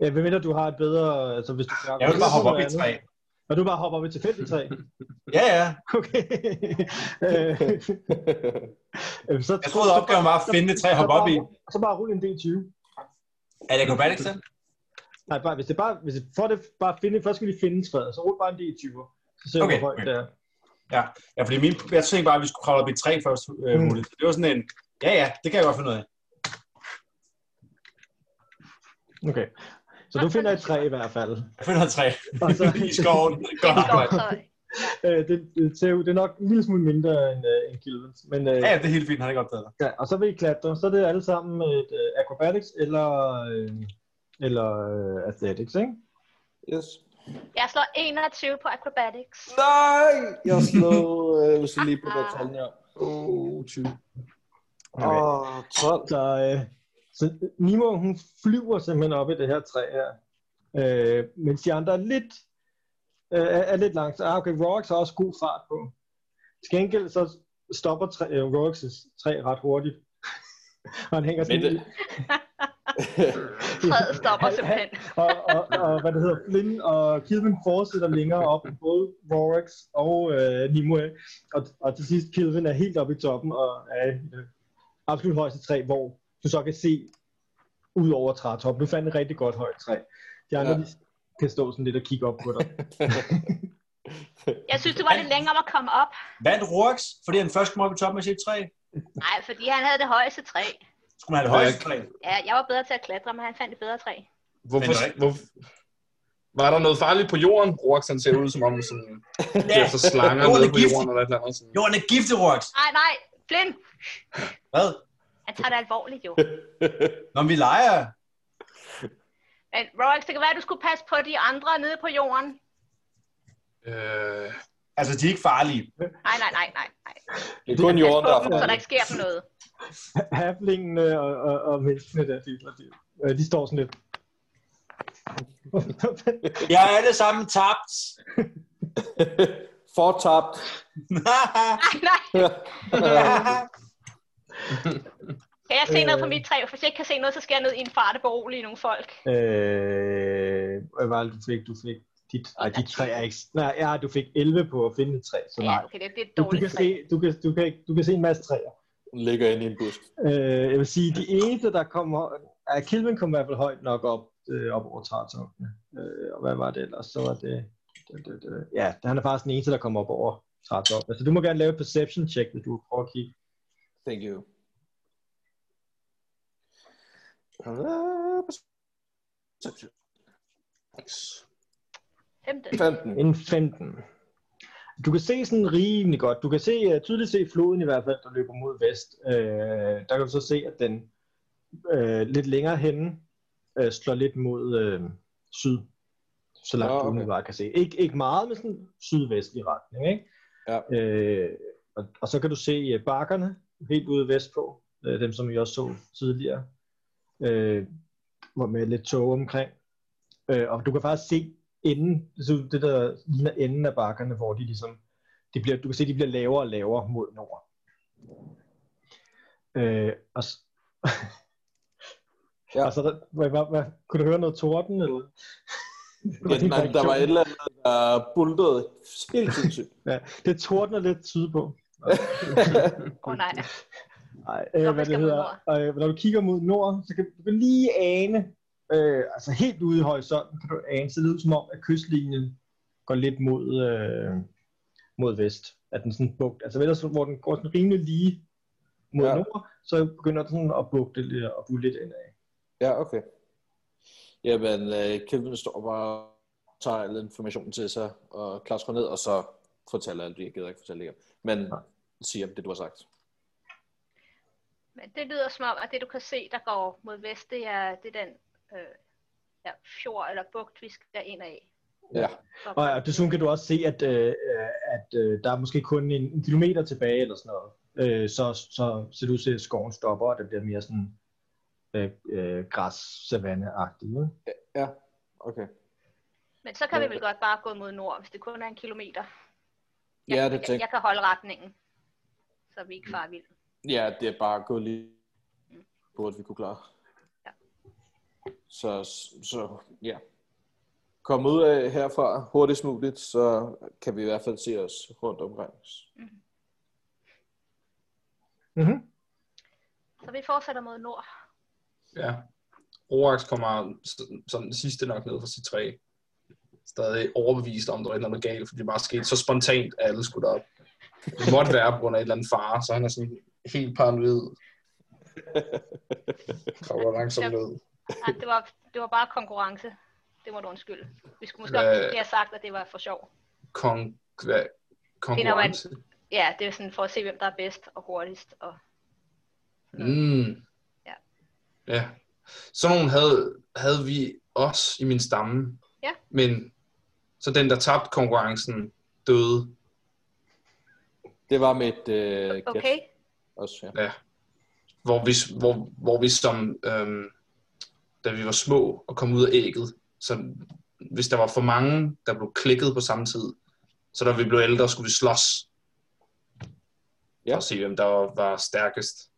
ja medmindre du har et bedre... Altså, hvis du
Jeg vil bare hoppe op i et træ.
Og du bare hopper op i et tilfældigt træ?
Ja, ja.
Okay. øh, øh, så,
Jeg troede, opgaven var at finde et træ og hoppe op i.
Så bare rulle en D20.
Er det acrobatics så?
Nej, bare, hvis det bare... Hvis det, for det bare finde... Først skal vi finde træet, så rulle bare en D20. Så ser vi,
Okay,
hvor højt
okay.
det er.
Ja, fordi min, jeg tænkte bare, at vi skulle kravle op i et træ først øh,
Mm.
muligt. Det var sådan en, ja ja, det kan jeg godt finde ud af.
Okay. Så du finder et træ i hvert fald.
Jeg finder et træ
Og så,
i skoven. Godt
Skov,
arbejde.
så
Øh, det, det, ser ud- det er nok en lille smule mindre end, øh, end Kilvins. Men, øh,
Ja, det er helt fint, han har ikke opdaget dig.
ja, og så vil I klatre. Så er det alle sammen et, øh, acrobatics eller, øh, eller øh, athletics, ikke?
Yes.
Jeg slår 21 på acrobatics.
Nej! Jeg slog, øh, hvis jeg lige på det tallene op.
Oh, 20.
Okay.
Åh, 12.
Så, øh, så Nimo, hun flyver simpelthen op i det her træ her. Øh, mens de andre er lidt, øh, er- er lidt langt. Ah, okay, Rorax har også god fart på. Til gengæld så stopper træ, øh, Rorax' træ ret hurtigt. og han hænger sådan
Men det-
i-
Træet stopper simpelthen.
og, og, og, hvad det hedder, Flynn og Kilvin fortsætter længere op, både Rorax og øh, Nimue. Og, og til sidst, Kilvin er helt oppe i toppen og er i det absolut højeste træ, hvor du så kan se ud over trætoppen. Du fandt et rigtig godt højt træ. De andre
Ja.
ja. de kan stå sådan lidt og kigge op på dig.
Jeg synes, det var lidt længere om at komme op.
Vandt Rorax, fordi han først kom op i toppen af sit træ.
Nej, fordi han havde det højeste træ.
Skulle man have det højeste træ?
Ja, jeg var bedre til at klatre, men han fandt et bedre træ.
Hvorfor,
Men nej.
hvor, var der noget farligt på jorden? Rox, han ser ud som om sådan,
Ja,
ja. efter slanger
Jorden
nede
er
på
giftig.
jorden eller et eller andet. Sådan.
Jorden er giftig, Rorax.
Nej, nej, Flynn,
Hvad?
han tager det alvorligt jo.
Når vi leger.
Men Rolex, det kan være, at du skulle passe på de andre nede på jorden.
Øh,
Altså, de er ikke farlige.
Nej, nej, nej, nej. nej.
Det er kun jorden, der er
Pas på dem, så der
farlig.
ikke sker dem noget.
Havlingene og, og, og menneskene der, de, de, øh, de står sådan lidt.
Jeg er alle sammen tabt.
Fortabt.
Nej, nej.
Øh.
Kan jeg se noget på mit træ? Hvis jeg ikke kan se noget, så skal jeg ned i en fart og berolige nogle folk.
Øh, hvad var det, du fik? Du fik dit, nej, dit træ er ikke... Nej, ja, du fik 11 på at finde et træ, så
Ja,
nej.
okay, det, det er et
Du, du,
dårligt
kan
træ.
se, du, kan, du, kan, ikke- du kan se en masse træer.
Hun ligger inde i en busk.
Øh, jeg vil sige, de eneste, der kommer... Ja, Kilvin kom i hvert fald højt nok op, øh, op over trætoppen. Øh, og hvad var det ellers? Så var det... det, det, det. Ja, han er faktisk den eneste, der kommer op over trætoppen. Altså, du må gerne lave et perception check, hvis du vil prøve at kigge.
Thank you.
Femte.
15.
En 15. Du kan se sådan rimelig godt. Du kan se, øh, tydeligt se floden i hvert fald, der løber mod vest. Øh, der kan du så se, at den øh, lidt længere henne øh, slår lidt mod øh, syd. Så langt
Ja,
ja,
okay.
okay. du umiddelbart kan se. Ik- ikke meget, men sådan sydvestlig retning. Ikke?
Ja.
Øh, og, og så kan du se øh, bakkerne helt ude vestpå. Øh, dem, som vi også så tidligere. Øh, hvor med lidt tog omkring. Øh, og du kan faktisk se enden, så det der ligner enden af bakkerne, hvor de ligesom, de bliver, du kan se, de bliver lavere og lavere mod nord. Øh, og, s-
Ja.
ja. og så der, hvad, hvad, hvad, kunne du høre noget torden? Eller?
Ja, nej, der var et eller andet, der bultede helt sindssygt.
ja, det tordner lidt sydpå.
Åh oh, nej.
Nej, øh, hvad
skal
det
mod
hedder. Og, øh, når du kigger mod nord, så kan du kan lige ane, øh, altså helt ude i horisonten, kan du ane, så det lyder som om, at kystlinjen går lidt mod, øh, mod vest. At den sådan bugt, altså ellers, hvor den går sådan rimelig lige mod
Ja.
ja. nord, så begynder den sådan at bugte lidt øh, og bulle lidt indad.
Ja, okay. Jamen, øh, Kevin står bare og tager al informationen til sig og klatrer ned, og så fortæller alt det, jeg gider ikke fortælle jer. Men
Nej.
siger det, du har sagt.
Men det lyder som om, at det du kan se, der går mod vest, det er, det er den øh, ja, fjord eller bugt, vi skal ind af.
Ja.
Og ja, desuden kan du også se, at, øh, øh, at øh, der er måske kun en, en kilometer tilbage eller sådan noget. Øh, så, så ser det ud til, at skoven stopper, og det bliver mere sådan øh, øh, græs-savanne-agtigt. ikke?
Ja, okay.
Men så kan vi vel godt bare gå mod nord, hvis det kun er en kilometer. Jeg,
Ja, det
jeg,
tænker
jeg kan holde retningen, så vi ikke farer vildt.
Ja, det er bare gået lige burde vi kunne klare.
Ja.
Så, så ja. Kom ud af herfra hurtigst muligt, så kan vi i hvert fald se os rundt omkring.
Mm-hmm.
Så vi fortsætter mod nord.
ja. Roax kommer sådan- som den sidste nok ned fra sit træ. Stadig overbevist om, der var et eller andet galt, fordi det bare skete så spontant, at alle skulle derop. Det måtte være på grund af et eller andet fare, så han er sådan helt paranoid. Kravler langsomt ned.
Nej, det var, det var bare konkurrence. Det må du undskylde. Vi skulle måske
Hvad-
også lige have sagt, at det var for sjov.
Kon- Hvad? Konkurrence?
Ja, det er sådan for at se, hvem der er bedst og hurtigst. Og...
Mm.
Ja.
Ja. Sådan nogle havde, havde vi også i min stamme.
Ja.
Men så den, der tabte konkurrencen, døde.
Det var mit øh, gæt
Okay,
også, ja.
Hvor vi, hvor, hvor vi som, øhm, da vi var små og kom ud af ægget, så hvis der var for mange, der blev klikket på samme tid, så da vi blev ældre, skulle vi slås. Ja.
Ja.
For at se, hvem der var, var stærkest.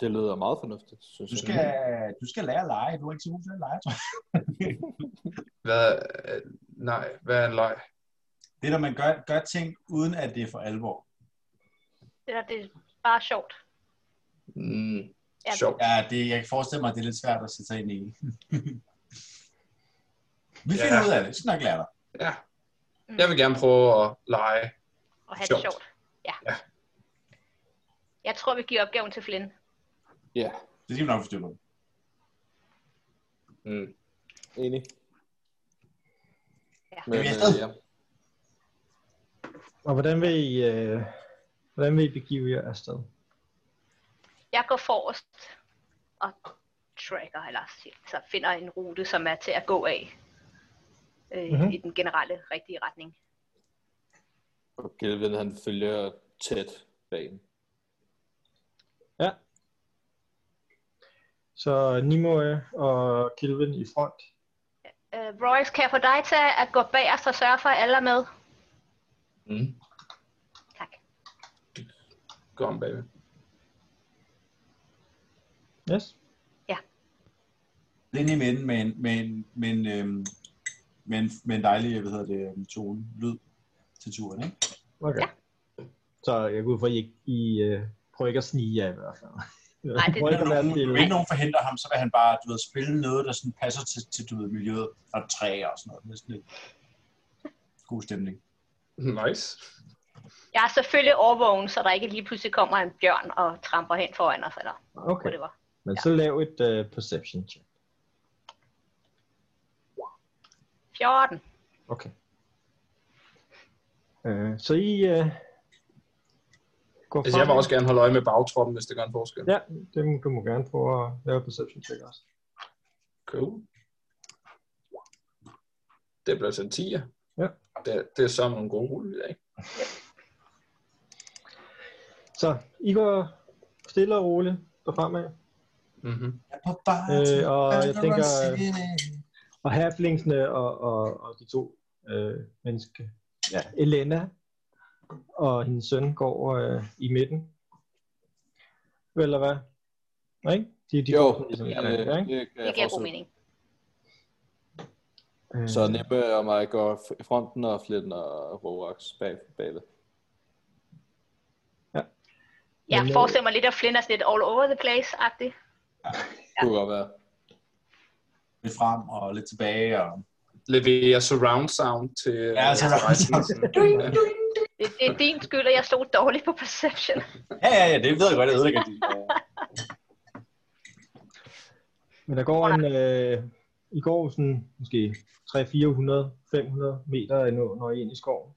Det lyder meget fornuftigt, synes
Du
jeg.
skal, du skal lære at lege. Du er ikke så god til at lege, tror jeg.
Hvad er, nej, hvad er en løg?
Det er, når man gør, gør ting, uden at det er for alvor.
det er, det er bare sjovt.
Mm,
Ja.
sjovt.
Ja, det, jeg kan forestille mig, at det er lidt svært at sætte sig ind i. Vi
Ja.
finder ud af det. Vi skal nok lære dig.
Ja.
Mm.
Jeg vil gerne prøve at lege.
Og have
Sjovt.
det sjovt. Ja.
Ja.
Jeg tror, vi giver opgaven til Flynn.
Ja,
Det skal vi nok forstå.
Mm.
enig.
Ja.
Men,
Ja.
øh, ja.
Og hvordan vil I, øh, hvordan vil I begive jer afsted?
Jeg går forrest og tracker, eller så finder en rute, som er til at gå af øh,
Mhm.
mm-hmm. i den generelle rigtige retning.
Og Gilvin, han følger tæt bag
Så Nimue og Kilvin i front.
Øh, Royce, kan jeg få dig til at gå bagerst og sørge for, at alle er med?
Mm.
Tak.
Gå om bagved.
Yes.
Det er inde i midten med en, med en, med en, øhm, med en, med en dejlig, hvad hedder det, øhm, tone, lyd til turen, ikke?
Okay.
Ja.
Så jeg går ud fra, at I, ikke- I øh, prøver ikke at snige jer i hvert fald. Nej,
det-
prøver
Hvis
ikke at være
nogen,
stille.
hvis ikke nogen forhindrer ham, så vil han bare, du ved, spille noget, der sådan passer til, til du ved, miljøet og træer og sådan noget. Det er sådan lidt god stemning.
Nice.
Jeg er selvfølgelig overvågen, så der ikke lige pludselig kommer en bjørn og tramper hen foran os, eller
Okay,
whatever.
men så lav et øh, perception check.
14.
Okay. Øh, så I øh, går
Altså, jeg vil også gerne holde øje med bagtroppen, hvis det gør en forskel.
Ja, det må, du må gerne prøve at lave et perception check også.
Cool. Det bliver altså en 10'er.
Ja.
Det, det er så nogle gode rulle i dag.
Så I går stille og roligt derfremad.
Mm-hmm.
Jeg er på bare
Øh, og jeg tænker, Og halflingsene og, og, og de to øh, menneske, ja, Elena og hendes søn går øh, i midten. Vel, Eller hvad? Nej, ikke? De, de går sådan ligesom i
øh,
karakter, ikke?
det kan
Det
jeg
giver god
forestille.
mening.
Øh,
Så Nippe og mig går f- i fronten, og Flint og Rorax bag, bagved.
Jeg
Men, øh,
forestiller mig lidt, at Flynn er sådan lidt all over the place-agtig.
Det kunne godt være.
Lidt frem og lidt tilbage. Og...
Leverer surround sound til,
Ja,
øh, til
surround
rejsen. Ja.
Det, det er din skyld, at jeg stod dårligt på perception.
Ja, ja, ja, det ved jeg godt, jeg ødelægger det.
Men der går en, øh, I går sådan måske 300-400-500 meter, når, når I er inde i skoven.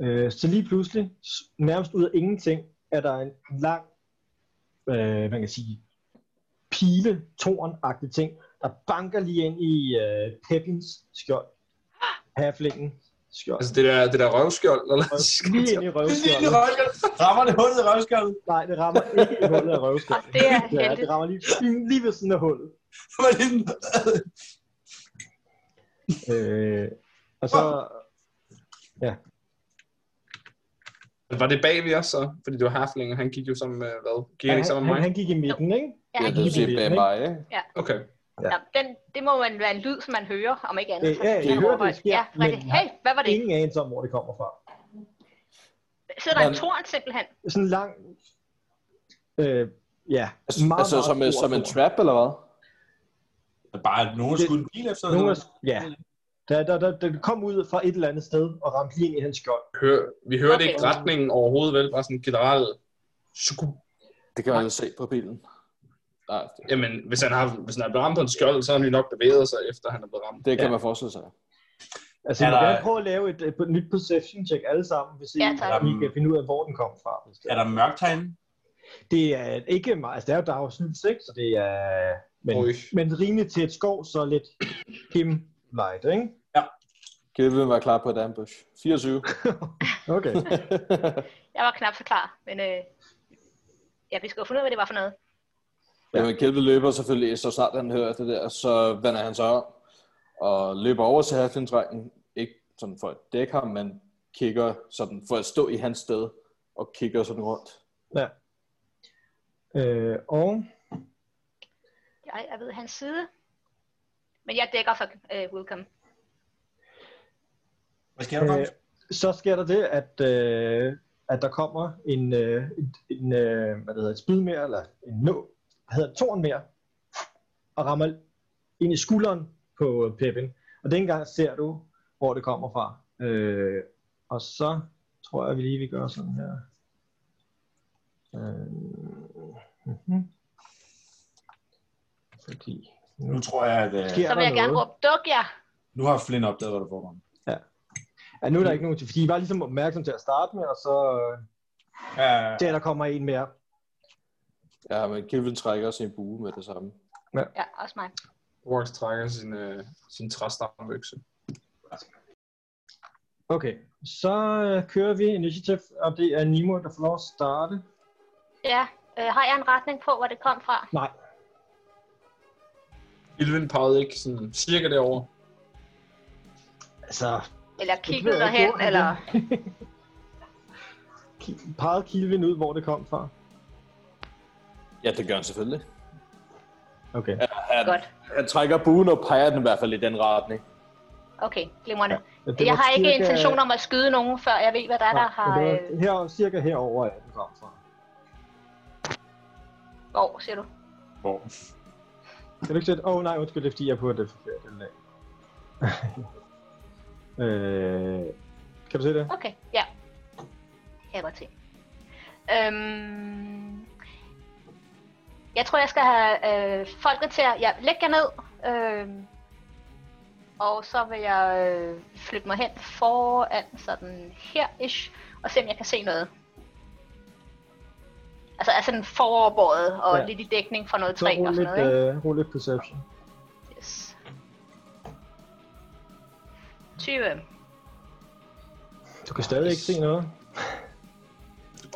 Øh, så lige pludselig, s- nærmest ud af ingenting, er der en lang, øh, man kan sige, pile, tornagtig ting, der banker lige ind i øh, Peppins skjold. Havlingen skjold.
Altså det der, det der røvskjold, eller?
Lige ind i
Lille
røvskjoldet.
røvskjold. Rammer det hullet i røvskjoldet?
Nej, det rammer ikke i hullet af røvskjoldet.
Og Ah, det er
ja, det
heldigt.
rammer lige, lige ved siden af hullet.
Var det en-
Øh, og så,
Var det bag ved os så? Fordi det var Hafling, og han gik jo sammen med, hvad?
Ja,
Gik han
han,
ikke sammen med
han,
mig?
han gik i midten, ikke?
Ja,
Jeg
han
er
giver
nødt til at
det.
bag mig, ikke?
Okay.
Ja.
Nå, den, det må man være en lyd, som man hører, om ikke andet.
Øh,
så
ja, jeg
tænker
hører, det
over,
sker,
ja,
men
rigtigt.
jeg har
Hey, hvad var det?
Ingen anelse om, hvor det kommer fra.
Sidder der en
Men-
torn simpelthen?
Sådan en lang... Øh, ja,
Altså, meget, altså som,
stor
som en
torn.
trap, eller hvad?
Bare at nogen har skudt en bil efter.
Nogle af, ja. Der, der, der, der kom ud fra et eller andet sted og ramte lige ind i hans skjold.
Hør, vi hørte
Okay.
ikke retningen overhovedet, vel? Bare sådan generelt. Sku.
Det kan man jo se på bilen. Nej, det,
Jamen, hvis han, har, hvis han er blevet ramt på en skjold, så har han jo nok bevæget sig, efter han er blevet ramt.
det kan
Ja.
man forestille sig.
Altså,
Er
vi kan
der-
gerne prøve at lave et, et nyt perception check alle sammen, hvis I,
Ja, tak.
I kan finde ud af, hvor den kom fra. Hvis det,
Er
er.
der mørkt herinde?
det er ikke meget. Altså, det er jo dagsnytt 6, så det er... Men,
Øj.
men rimeligt til et skov, så lidt him light, ikke?
Kevin var klar på et ambush. 24.
Okay.
Jeg var knap så klar, men øh, ja, vi skal jo finde ud af, hvad det var for noget.
Ja. Jamen, Kelvin løber selvfølgelig, så snart han hører det der, så vender han sig om og løber over til herfindtrækken. Ikke sådan for at dække ham, men kigger sådan for at stå i hans sted og kigger sådan rundt.
øh, og
Jeg er ved hans side, men jeg dækker for øh, Welcome.
Hvad sker der,
Øh,
Magnus?
så sker der det, at, øh, at der kommer en, øh, en, en øh, hvad det hedder, et spyd mere, eller en nå, hvad hedder det, torn mere, og rammer ind i skulderen på øh, Pippin. Og dengang ser du, hvor det kommer fra. Øh, og så tror jeg, vi lige vil gøre sådan her. Øh, mm-hmm. Fordi
Nu tror jeg, at øh,
sker
Så vil
der
jeg gerne
noget.
råbe, duk jer!
nu har Flynn opdaget, hvad der foregår.
Ja, nu er der ikke nogen til, fordi I var ligesom opmærksom til at starte med, og så øh,
Ja, ja, ja.
der, der kommer en mere.
Ja, men Kelvin trækker sin bue med det samme.
Ja, også mig.
Warren trækker sin, øh, sin træstamøkse.
Okay, så øh, kører vi initiativ, og det er Nimo, der får lov at starte.
Ja, øh, har jeg en retning på, hvor det kom fra?
Nej,
Ilven pegede ikke sådan cirka derover.
altså...
Eller kiggede
ved jeg ikke,
derhen,
hvor han
eller...
Ki- pegede Kilvin ud, hvor det kom fra.
Ja, det gør han selvfølgelig.
Okay.
Han,
Godt.
han trækker buen og peger den i hvert fald i den retning.
Okay, glimrende.
Ja, det
Jeg
var
har ikke
cirka-
intention om at skyde nogen, før jeg ved, hvad der er, der
Nej,
har...
men
Øh,
det var her, cirka herover at den kom fra.
hvor, siger du?
Hvor?
Kan du ikke sætte... Åh oh, nej, undskyld, det er fordi, jeg på det forkerte lag. øh, kan du se det?
Okay, ja. Kan jeg godt se. Øhm, jeg tror, jeg skal have øh, folket til at... Ja, læg jer ned. Øh, og så vil jeg øh, flytte mig hen foran sådan her-ish, og se om jeg kan se noget. Altså er sådan foroverbåret og
Ja.
ja. lidt i dækning for noget
Så
træ
rul
og sådan
lidt,
noget, ikke?
øh, rul lidt perception.
Yes. 20.
Du kan stadig ikke se noget.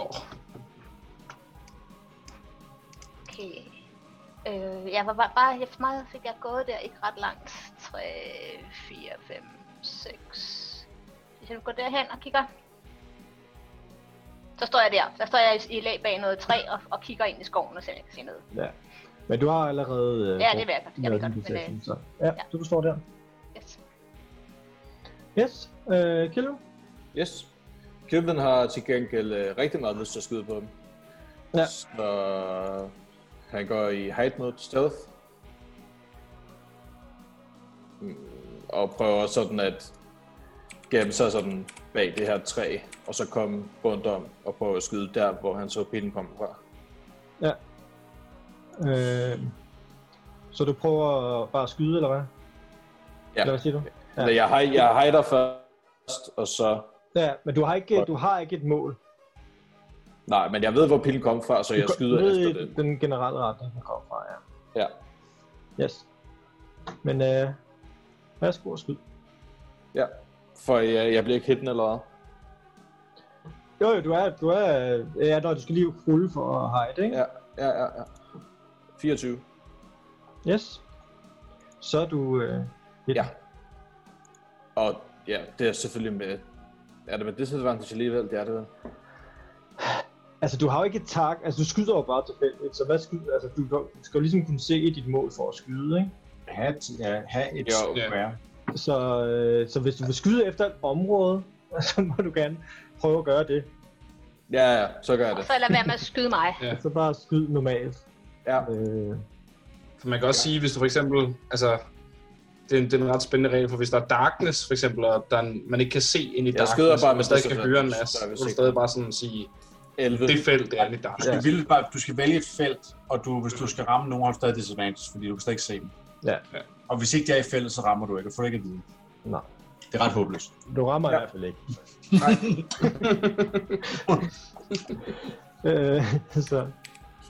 Åh,
Okay. Øh, jeg var bare, bare jeg, for meget fik jeg gået der, ikke ret langt. 3, 4, 5, 6. Hvis jeg nu går derhen og kigger. Så står jeg der. Der står jeg i, i lag bag noget træ og, og kigger ind i skoven og ser, om jeg kan se noget.
Men du har allerede... Øh,
Ja, det vil jeg godt. Jeg vil
lavet
godt,
din
men øh,
perception, så. Ja,
ja.
du forstår der.
yes.
Yes, øh, Kilo?
Yes. Kelvin har til gengæld øh, rigtig meget lyst til at skyde på dem.
Ja.
Så øh, han går i hide mode stealth. Mm, Og prøver sådan at gemme sig sådan bag det her træ, og så komme rundt om og prøve at skyde der, hvor han så pinden komme fra.
Øh, så du prøver bare at skyde, eller hvad?
Ja.
Eller hvad siger du? Ja.
Ja. Eller jeg, hi- jeg hider først, og så...
Ja, men du har ikke, du har ikke et mål.
Nej, men jeg ved, hvor pinden kom fra, så jeg
du
skyder
du ved
efter
i
den.
den generelle retning, den kommer fra, ja.
Ja.
Yes. Men øh, værsgo og skyd.
For jeg, jeg bliver ikke hitten eller hvad?
Jo, jo, du er, du er, øh, ja, når du skal lige rulle for at hide, ikke?
Ja, ja, ja, ja. 24.
Yes. Så er du, øh,
Ja. Og ja, det er selvfølgelig med... Er det med disadvantage alligevel? Det er det vel.
altså du har jo ikke et tak, altså du skyder jo bare tilfældigt, så hvad skyder, altså du, du skal jo ligesom kunne se dit mål for at skyde, ikke?
Have, ja, have et
Jo.
square.
Så, øh, så hvis du vil skyde efter et område, så må du gerne prøve at gøre det.
Ja, ja, så gør jeg
Og
det.
så lad være med at skyde mig.
Så bare skyd normalt.
Ja.
Øh,
For man kan også sige, hvis du for eksempel, altså, det er, en, det er en ret spændende regel, for hvis der er darkness, for eksempel, og der er en, man ikke kan se ind i
Jeg skyder
darkness,
bare
og
med
man stadig kan høre en
disadvantage,
masse,
så er vi
så kan du
sikre.
stadig bare sådan sige,
11.
det felt er inde i
Du
darkness.
skal,
Ja.
vildt bare, du skal vælge et felt, og du, hvis du skal ramme nogen, har du stadig disadvantage, fordi du kan stadig ikke se dem.
Ja.
Ja.
Og hvis ikke de er i feltet, så rammer du ikke, og får du ikke at vide.
nej.
Det er ret håbløst.
Du rammer ja. i hvert fald ikke. øh, så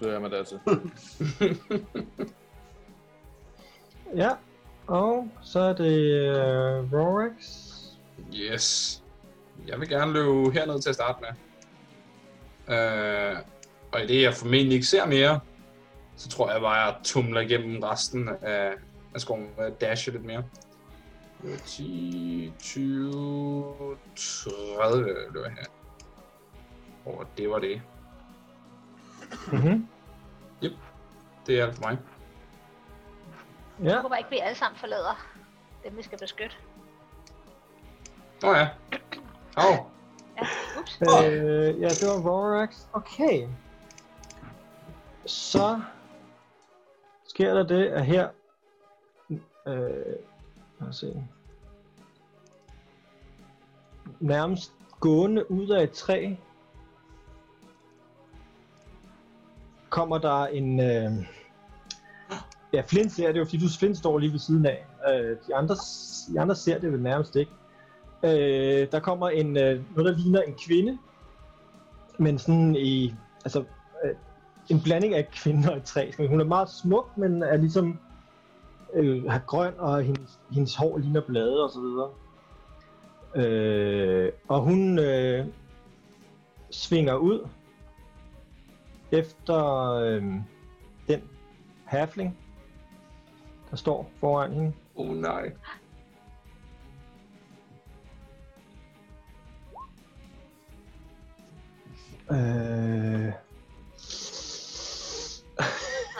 Så jeg mig dertil.
ja, og så er det øh, Rorax.
Yes. Jeg vil gerne løbe herned til at starte med. Øh, og i det, jeg formentlig ikke ser mere, så tror jeg bare, at jeg tumler igennem resten af, af skoven og dasher lidt mere. Øh, Det var 10, 20, 30 løber jeg her. Og det var det.
Mm-hmm.
Det er alt for mig.
Ja,
Jeg håber ikke, vi alle sammen forlader dem, vi skal beskytte.
Nå ja. Au.
Ja, ups.
øh, ja, det var Rorax. Okay. Så sker der det, at her... Øh, lad os se. Nærmest gående ud af et træ, kommer der en... Øh, ja, Flint ser det jo, fordi du Flint står lige ved siden af. Øh, de, andre, de andre ser det vel nærmest ikke. Øh, der kommer en, øh, noget, der ligner en kvinde, men sådan i, altså, øh, en blanding af kvinde og et træ. Sådan, Hun er meget smuk, men er ligesom, øh, har grøn, og hendes, hendes hår ligner blade og så videre. Øh, og hun øh, svinger ud efter øh, den halfling, der står foran hende.
Åh oh, nej.
Øh,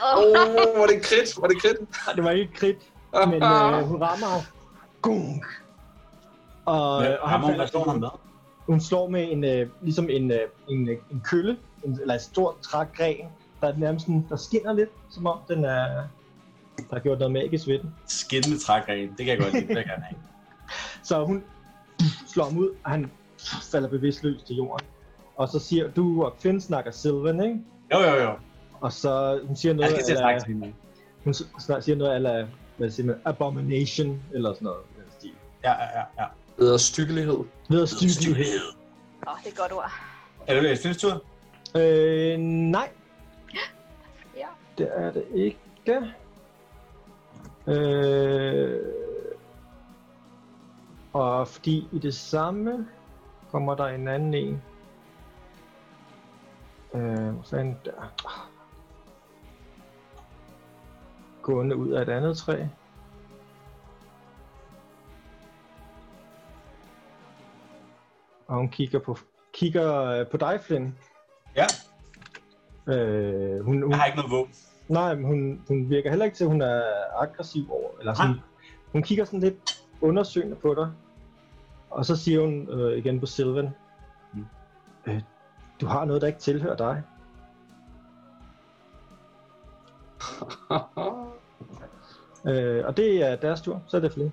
Åh,
Åh, oh, var det krit? Var det krit?
Ej, Ah, det var ikke et krit,
Ah.
men øh, hun rammer ham. Gung! Og,
Ja,
øh, og han
Ramon, hvad
falder,
står der med?
hun slår med en, øh, ligesom en, øh, en, øh, en kølle, en, eller et stort trægren, der er nærmest sådan, der skinner lidt, som om den er, der har gjort noget magisk ved den.
Skinnende trækgren, det kan jeg godt lide, det vil jeg gerne have.
Så hun slår ham ud, og han falder bevidstløs til jorden. Og så siger du, og Finn snakker Sylvan, ikke?
Jo, jo, jo.
Og så hun siger
Jeg
noget,
skal til at snakke
eller,
til hende. nu.
hun s- snak- siger noget, eller hvad siger man, abomination, eller sådan noget. i den stil.
Ja, ja, ja, ja.
Bedre styggelighed.
Ved at styre
oh, det er et godt ord.
Er det Flint's tur?
Øh, nej.
Ja.
Det er det ikke. Øh, og fordi i det samme kommer der en anden en. Øh, hvor fanden der? Gående ud af et andet træ. Og hun kigger på, kigger øh, på dig, Flynn.
Ja.
Øh, hun, hun,
Jeg har ikke noget våben.
Nej, men hun, hun virker heller ikke til, at hun er aggressiv over. Eller sådan,
Nej.
hun kigger sådan lidt undersøgende på dig. Og så siger hun øh, igen på Silvan.
Mm.
Øh, du har noget, der ikke tilhører dig. Øh, og det er deres tur. Så er det Flynn.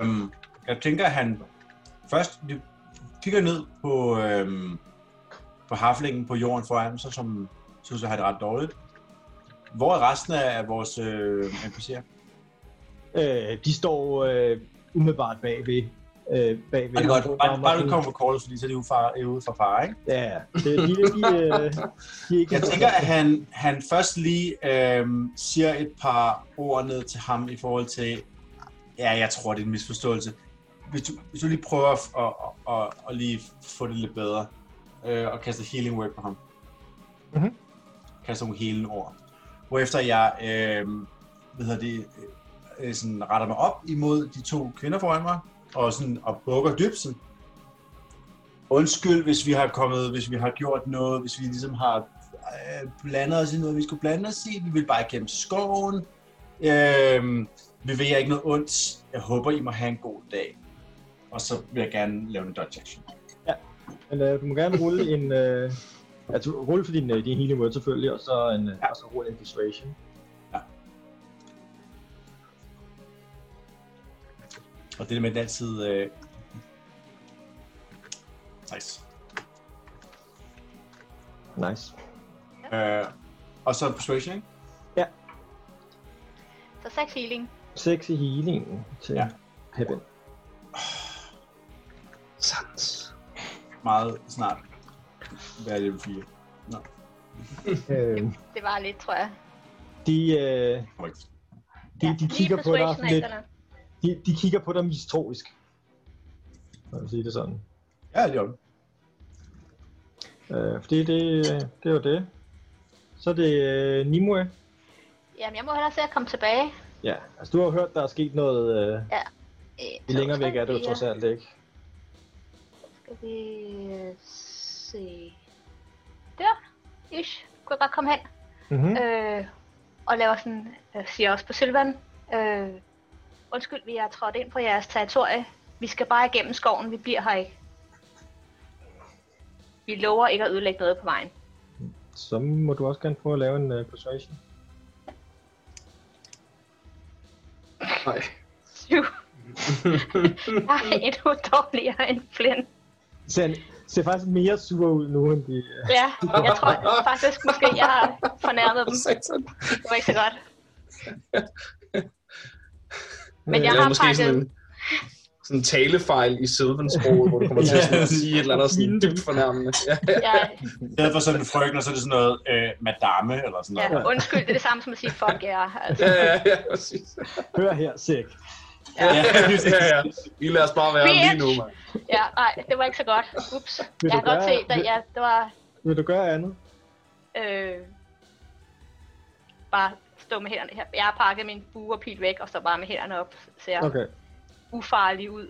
Øhm, jeg tænker, at han først vi kigger ned på, øhm, på haflingen på jorden foran ham, så som synes, jeg har det ret dårligt. Hvor er resten af vores øh, NPC'er?
Øh, de står øh, umiddelbart bagved. Øh, bagved.
Det er godt. Bare, bare du kommer på kortet, fordi så er de ude fra, ude fra far, ikke?
Ja, det er de, de, øh, de er ikke
Jeg tænker, at han, han først lige øhm, siger et par ord ned til ham i forhold til, ja, jeg tror, det er en misforståelse. Hvis du, hvis du lige prøver at, at, at, at lige få det lidt bedre, øh, og kaste healing word på ham.
Mhm.
Kaster nogle healing ord. Hvorefter jeg øh, hvad hedder det, øh, sådan retter mig op imod de to kvinder foran mig, og, sådan, og bukker dybt sådan, undskyld, hvis vi har kommet, hvis vi har gjort noget, hvis vi ligesom har øh, blandet os i noget, vi skulle blande os i. Vi vil bare igennem skoven. Øh, vi vil jer ikke noget ondt. Jeg håber, I må have en god dag. Og så vil jeg gerne lave en dodge action.
Men øh, du må gerne rulle en... Øh, altså, rulle for din, øh, din healing word selvfølgelig, og så, en, ja.
Ja.
og så rulle en persuasion.
Og det er med den altid... Øh... Nice.
Nice.
Øh, og så persuasion, ikke?
Så 6 healing.
6 i healingen til
Ja.
Heaven.
Sandt.
meget snart være level 4. Nå,
Øh,
Det var lidt, tror jeg.
de, øh,
det var ikke.
de,
Ja,
de
lige
kigger på dig
persuasion er
sådan lidt,
ikke noget.
de, de kigger på dig mistroisk. Lad os sige det sådan.
Ja, det var det.
Øh, fordi det, det var det. Så er det øh, Nimue.
Jamen, jeg må hellere se at komme tilbage.
Ja, altså du har hørt, der er sket noget... Øh,
En,
det
to,
længere væk
tre,
er det jo
fire.
trods alt ikke.
Skal vi øh, se... Der, ish. Kunne jeg bare komme hen.
Mm-hmm.
Øh, og laver sådan, jeg siger også på Sylvan, øh, undskyld, vi er trådt ind på jeres territorie. Vi skal bare igennem skoven, vi bliver her ikke. Vi lover ikke at ødelægge noget på vejen.
Så må du også gerne prøve at lave en øh, persuasion.
Nej.
Syv. Jeg er endnu dårligere end Flynn.
Ser, ser faktisk mere sur ud nu, end de... Øh,
Ja, jeg tror faktisk måske, jeg har fornærmet dem.
Satan.
Det var ikke så godt.
Øh,
Øh, Jeg
Men jeg
lavede
har
måske
pakket...
sådan en, sådan en talefejl i sylvansproget, hvor du kommer til at sådan, sige et eller andet sådan dybt fornærmende. Ja,
Jeg,
I stedet for sådan en frøken, og så er det sådan noget øh, madame, eller sådan noget.
ja, undskyld, det er det samme som at sige, fuck jer. Yeah. Altså,
ja, ja, ja, præcis.
Hør her, Sæk.
Ja, ja, ja. I lader os bare være lige nu, mand.
ja, nej, det var ikke så godt. Ups.
Vil
Jeg
du
kan godt
gøre-
se, at
vil-
ja, det var...
Vil du gøre andet?
Øh, bare stå med hænderne her. Jeg har pakket min bue og pil væk, og så bare med hænderne op. Ser okay.
Okay.
ufarlig ud.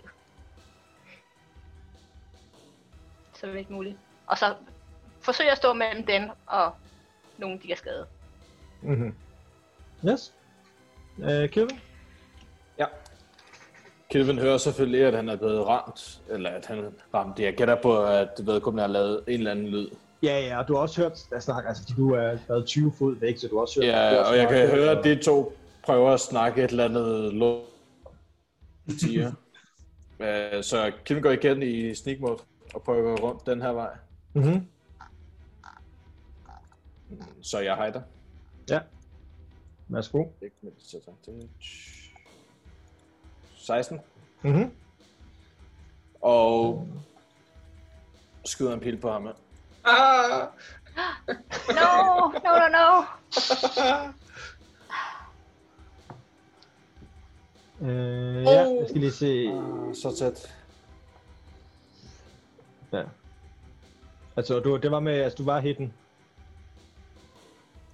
Så vidt muligt. Og så forsøge at stå mellem den og nogen, de er skadet.
Mm-hmm. Yes. Øh, Kevin?
Kelvin hører selvfølgelig, at han er blevet ramt, eller at han er ramt. Jeg gætter på, at vedkommende har lavet en eller anden lyd.
Ja, ja, og du har også hørt, jeg snakker, altså du er været 20 fod væk, så du har også hørt... du har
Ja,
også
og jeg
hørt-
kan høre, at de to prøver at snakke et eller andet lort. siger. Øh, Så Kelvin går igen i sneak mode og prøver at gå rundt den her vej.
Mhm.
Så jeg hider.
Ja. Værsgo.
Ikke med det sætter. damage. 16.
Mhm.
Og skyder en pil på ham.
Ah,
No, no, no, no.
Øh, ja, jeg skal lige se...
Så tæt.
Ja. Altså, du, det var med, altså, du var hitten.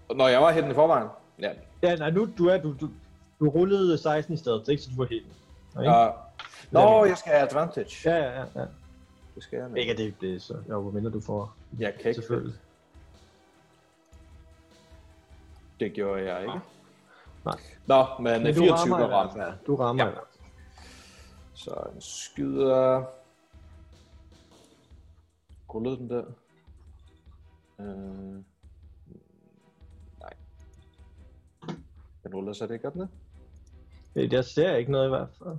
Når jeg var henne i forvejen. Ja.
Ja, nej, nu du er, du, du, du rullede 16 i stedet, ikke? Så du var hitten. Okay?
ja. Ah. Nå, jeg skal have advantage.
Ja, ja, ja. ja.
Det skal jeg.
Ikke
nemlig.
at det, det er så, jo, hvor mindre du får,
Jeg kan ikke.
selvfølgelig.
Det gjorde jeg ikke.
Nej.
Nå, men,
Men
men
du
24
rammer i
var
hvert
ramt.
fald. Du rammer.
Ja.
Ja.
Så en skyder... Rullede den der? Øh... Nej. Den ruller så det ikke op ned.
Jeg ser ikke noget i hvert fald.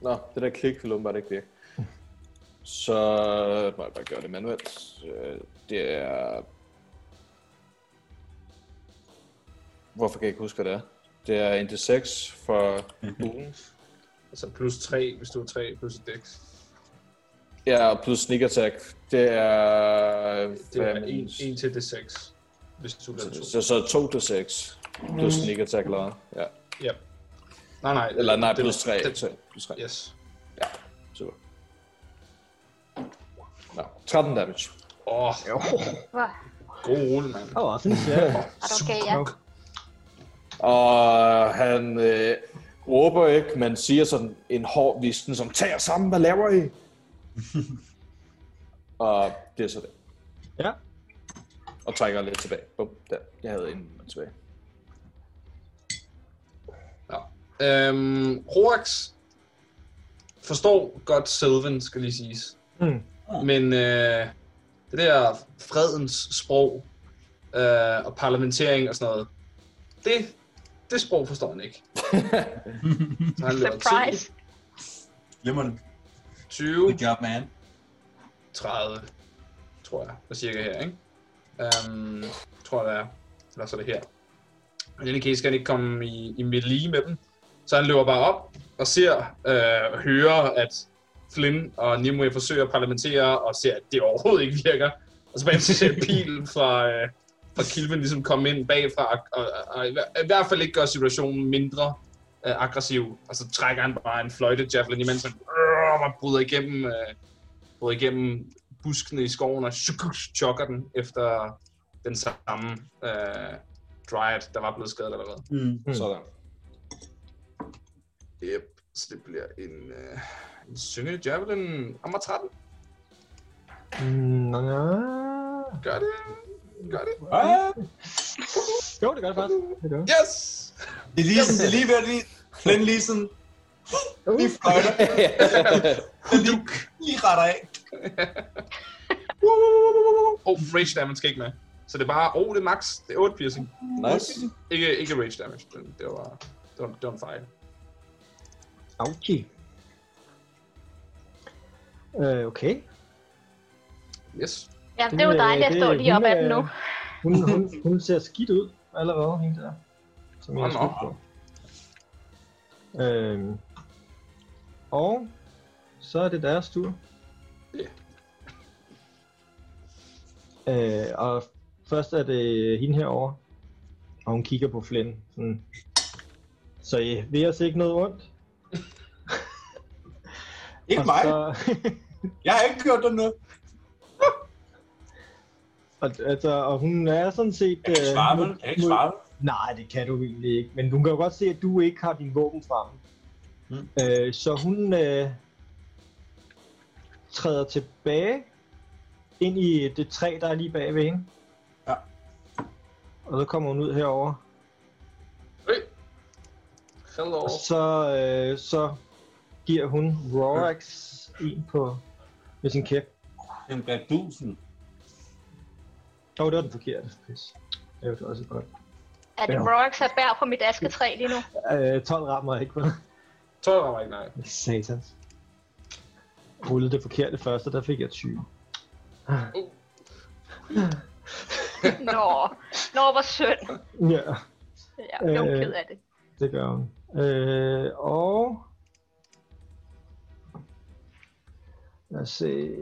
Nå, det der klik vil åbenbart ikke virke. Så må jeg bare gøre det manuelt. Øh, Det er... Hvorfor kan jeg ikke huske, hvad det er? Det er en D6 for ugen.
altså plus 3, hvis du er 3, plus et dæk.
Ja, og plus sneak attack. Det er...
Det er
fem-
1 til D6, hvis du lader 2.
Så, så 2 til 6 plus sneak attack, eller hvad? Ja.
Ja. Nej, nej.
Eller nej,
det-
plus 3.
det-
Plus 3.
Yes.
Ja, super. Nå, 13 damage.
Åh, oh,
Hvor-
god rulle, mand.
Åh, oh, sådan ser jeg.
Er du okay, ja?
Og han øh, råber ikke, men siger sådan en hård visken, som tager sammen, hvad laver I? og det er så det.
Ja.
Og trækker lidt tilbage. Bum, der. Jeg havde en tilbage.
Ja. Øhm, Roax forstår godt Sylvan, skal lige siges.
Mm.
Men øh, det der fredens sprog øh, og parlamentering og sådan noget, det, det sprog forstår han ikke. Så han laver 10,
Surprise.
Glimrende.
20,
Good job, man.
30, tror jeg, der cirka her, ikke? Øhm, tror jeg, det er. Eller så er det her. Og denne case kan han ikke komme i, i melee med dem. Så han løber bare op og ser øh, og hører, at Flynn og Nimue forsøger at parlamentere, og ser, at det overhovedet ikke virker. Og så bagefter ser jeg pilen fra, øh, fra Kilven ligesom komme ind bagfra, og, og, og i, hver- i hvert fald ikke gøre situationen mindre øh, aggressiv. Og så trækker han bare en fløjte javelin, imens han øh, bare bryder igennem, øh, bryder igennem buskene i skoven og shuk, chokker den efter den samme øh, dryad, der var blevet skadet eller hvad.
Mm.
Hmm.
Sådan.
Yep, så det bliver en, øh, en syngende javelin. Ammer 13.
Mm,
Gør det. Gør det.
Ah,
jo, det gør det faktisk. Det gør det.
Yes!
det er lige sådan, det er lige ved at lige... Flynn lige sådan... Lige fløjter. Den lige, lige retter af.
Og oh, rage damage skal ikke med. Så det er bare, oh, det er max. Det er 8 piercing.
nice.
Ikke, ikke rage damage. men Det var, det var, det var en fejl.
Auchi. Øh, okay.
Yes.
Ja, det er jo
øh,
dejligt at
det-
stå lige op
hun
ad
er- øh,
den nu.
Hun, hun, hun ser skidt ud allerede, hende der. Som jeg har
Hold
skudt på. Øhm, og så er det deres tur. Øh, og først er det hende herover, og hun kigger på Flynn. Sådan. Så I vil os ikke noget ondt?
Ikke
Og
mig.
Så,
Jeg har ikke gjort dig noget.
og, altså, og hun er sådan set...
Jeg kan ikke
øh,
svare,
hun-
vel? Jeg kan ikke svare. vel?
Nej, det kan du egentlig ikke. Men hun kan jo godt se, at du ikke har din våben fremme.
Mm.
Mm. Øh, så hun øh, træder tilbage ind i det træ, der er lige bag ved hende.
Ja.
Og så kommer hun ud herover.
Øj. Hello.
Og så, øh, så giver hun Rorax en på med sin kæft.
Den bliver dusen.
Åh, oh, det var den forkerte. Pis. Det var også godt.
Er det
Ja.
Rorax, der bærer på mit asketræ lige nu?
Øh, 12 rammer ikke, vel?
Tror jeg var ikke nej.
Satans. Rullede det forkerte først, og der fik jeg 20.
Nå, Nå hvor synd.
Ja,
Jeg blev
Øh.
ked af det.
det gør hun. Øh, og... Lad os se...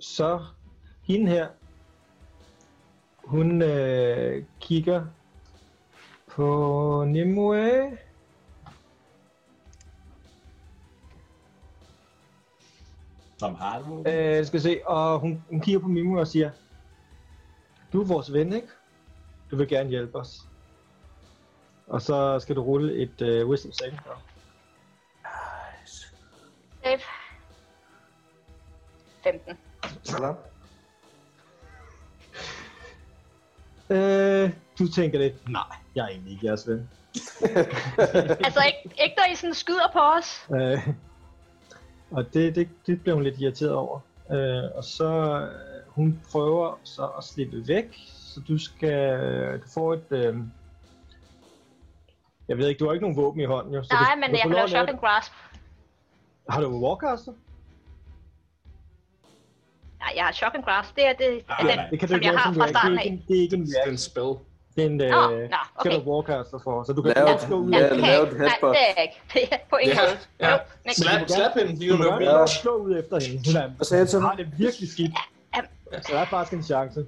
Så, hende her, hun øh, kigger på Nimue.
Som har du.
Øh, skal vi se, og hun, hun kigger på Mimo og siger, du er vores ven, ikke? Du vil gerne hjælpe os. Og så skal du rulle et øh, wisdom saving throw.
Save. 15.
Sådan. Øh, du tænker lidt, nej, jeg er egentlig ikke jeres ven.
Altså ikke, ikke når I sådan skyder på os.
Øh, og det, det, det blev hun lidt irriteret over. Øh, og så øh, hun prøver så at slippe væk, så du skal du får et øh, jeg ved ikke, du har ikke nogen våben i hånden jo. Så
Nej,
du,
men
du
jeg
får
kan
lov
lave
at
shock
det.
and grasp.
Har du warcaster?
Nej, jeg har shock and grasp. Det er det, er
Nej,
den.
nej.
Det kan du
Som
ikke
jeg
lave,
har
som du
fra
er. Det er
starten
ikke
af.
en, det er ikke en
Det er
reaction.
en spell.
Det er en, øh,
Nå,
oh,
nå,
skal
okay.
du warcaster for, så du kan
Lav
ikke
et-
stå ud
Ja,
af
Ja,
det kan
lave
jeg
et
ikke. Nej,
headbutt.
det er jeg ikke. Det er på ingen
Ja,
måde.
ja.
Jo, next.
Slap, slap hende, lige
Du
nu.
kan
Ja.
ikke slå ud efter hende. Hun er,
Hvad sagde jeg til
har
ham?
det virkelig skidt. Så der er faktisk en chance.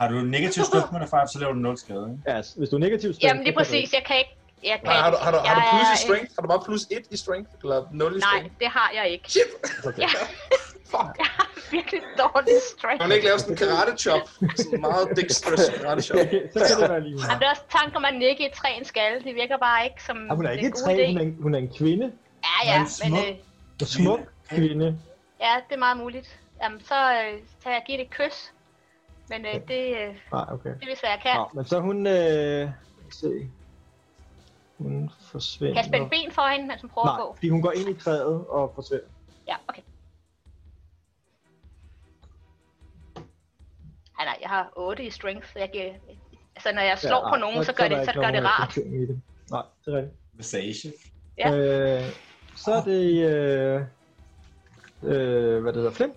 Har du negativ støtte med dig, Fab, så laver du 0 skade. ikke?
Ja, altså, hvis du er negativ støt,
Jamen lige præcis, jeg kan ikke. Jeg kan
Nej, har du,
ikke.
har, du, har du
Jeg
plus i
er-
strength? Har du bare plus 1 i strength? Eller 0 i
Nej,
strength?
det har jeg ikke.
Shit!
Okay.
Ja.
Fuck.
Jeg har virkelig dårlig strength.
Kan man ikke lave sådan en karate chop? Sådan en meget dexterous karate chop.
Okay, så kan det være lige meget.
Jamen, det er også tanken om at nikke i træens skalle. Det virker bare ikke som
Ja, Ah, hun er
den
ikke et
gode
træ,
idé.
hun er, en- hun er en kvinde.
Ja, ja,
Hun er
men
smuk.
øh,
En smuk kvinde.
ja, det er meget muligt. Jamen, så øh, tager jeg give det et kys. Men øh, det, øh,
Nej, Ah, okay.
det er vist, hvad jeg kan.
Nå, men så hun... Øh, lad os se. Hun forsvinder.
Kan jeg spænde ben for hende, mens hun prøver
Nej,
på?
fordi hun går ind i træet og forsvinder.
Ja, okay. Ej, nej, jeg har 8 i strength, så jeg kan... Altså, når jeg slår
Ja,
på
nej,
nogen, så gør
er der
det, så
ikke
gør det
nogen
rart.
refleksion i det. Nej, det er rigtigt.
Massage.
Ja.
Øh, så er det... Øh, øh, hvad det hedder? Flem?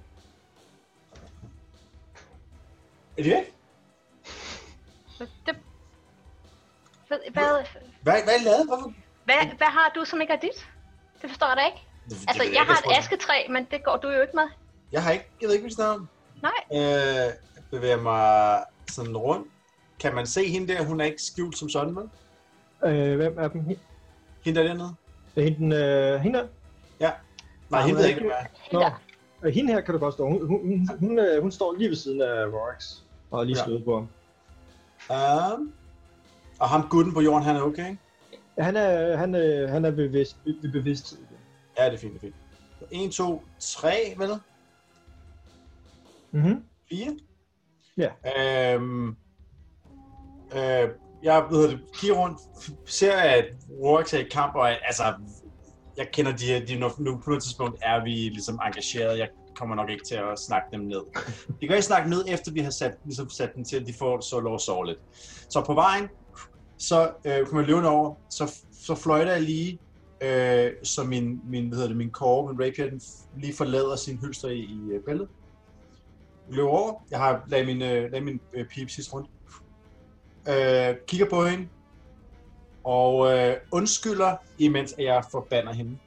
Er det ikke?
Det... Hvad, hvad,
Hvad, hvad lavede? Hvorfor?
hvad, hvad har du, som ikke er dit? Det forstår jeg da ikke.
Det, det
Altså,
ved
jeg
ikke,
har
tror,
et asketræ, men det går du jo ikke med.
Jeg har ikke, jeg ved ikke, hvad vi snakker om.
Nej.
Øh, jeg bevæger mig sådan rundt. Kan man se hende der? Hun er ikke skjult som sådan, vel?
Øh, hvem er dem? Hende-
Hende der dernede?
Det er hende, øh, hende der?
Nej,
Nej,
hende
hun
ved
er
jeg ikke, hvad det
Nå.
Ja.
Øh, Hende her kan du godt stå. Hun, hun, hun, hun, øh, hun står lige ved siden af Rorax og har lige
Ja.
ja. slået på ham.
er. Um, og ham gutten på jorden, han er okay, ikke?
Ja, Han er, han, er, han er bevidst, ved ved bevidsthed igen.
Ja, det er fint, det er fint. 1, 2, 3, vel?
Mm-hmm.
4?
Ja.
Øhm, øh, jeg ved det, kigger rundt, ser at Rorik er i kamp, og altså, jeg kender de, her- de nu, nu på et tidspunkt er vi ligesom engageret. Jeg kommer nok ikke til at snakke dem ned. De kan ikke snakke ned, efter vi har sat, ligesom sat dem til, at de får så lov at sove lidt. Så på vejen, så øh, kommer jeg løvende over, så, så fløjter jeg lige, øh, så min, min, hvad hedder det, min core, min rapier, den f- lige forlader sin hylster i, i øh, bæltet løber over. Jeg har lagt min, øh, lagde min øh, pipe sidste rundt. Øh, kigger på hende. Og øh, undskylder, imens at jeg forbander hende.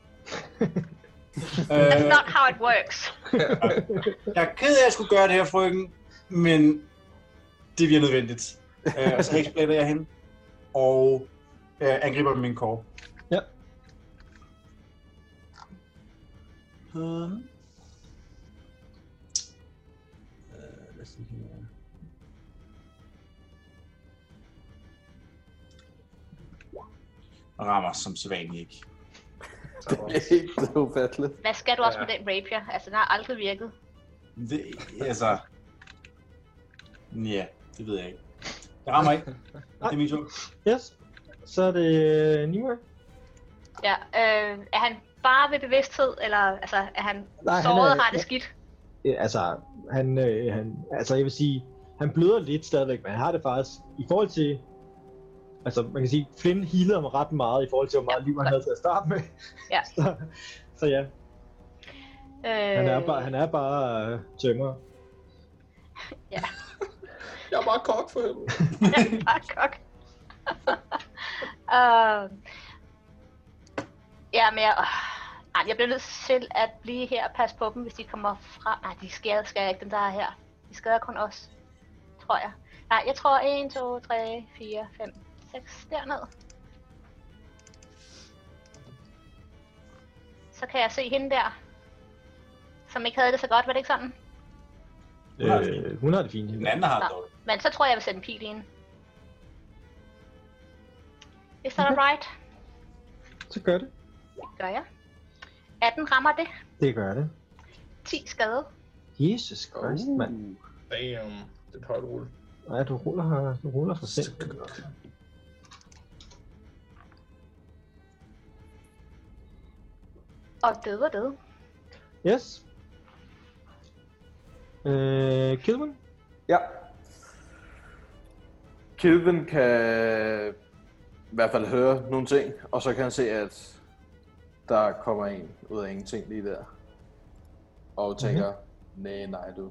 That's
øh,
not how it works.
jeg er ked af, at jeg skulle gøre det her, frøken, men det bliver nødvendigt. Øh, og så hexblader jeg hende, og øh, angriber med min kår.
Ja.
Hmm. Øh, lad os se her. Og rammer som sædvanligt ikke.
Det er helt ufatteligt.
Hvad skal du også
Ja.
med den rapier? Altså, den har aldrig virket.
Det, altså... Ja, det ved jeg ikke. Jeg rammer ikke. Det er min tur.
Yes. Så er det øh, Nimue.
Ja, øh, er han bare ved bevidsthed, eller altså, er han
Nej, han
såret
er-
og har det skidt?
Øh, altså, han, øh, han, altså, jeg vil sige, han bløder lidt stadigvæk, men han har det faktisk i forhold til... Altså, man kan sige, Flynn healede ham ret meget i forhold til, hvor meget
Ja,
liv han
godt.
havde til at starte med.
Ja.
så, så ja,
Øh,
han er bare, han er bare øh, tømmer.
Jeg er bare kok for helvede.
er bare kok. øh, ja, men jeg, øh, ej, jeg bliver nødt til at blive her og passe på dem, hvis de kommer fra. Nej, de skader, skal jeg ikke, dem der er her. De skader kun os, tror jeg. Nej, jeg tror 1, 2, 3, 4, 5, 6 dernede. Så kan jeg se hende der, som ikke havde det så godt, var det ikke sådan?
Hun har det
Øh, hun har det fint.
Den anden har det dårligt.
Men så tror jeg, jeg vil sætte en pil i hende. Is that alright?
Så gør det.
Gør jeg. 18 rammer det.
Det gør det.
10 skade.
Jesus Christ, uh. mand.
Damn, det er et højt rulle.
Nej, du ruller, her- du ruller for sent.
Og døde og døde.
Yes. Øh, Kilman?
Ja. Kilvin kan i hvert fald høre nogle ting, og så kan han se, at der kommer en ud af ingenting lige der.
Mhm.
Og tænker, mm-hmm. nej, nej du.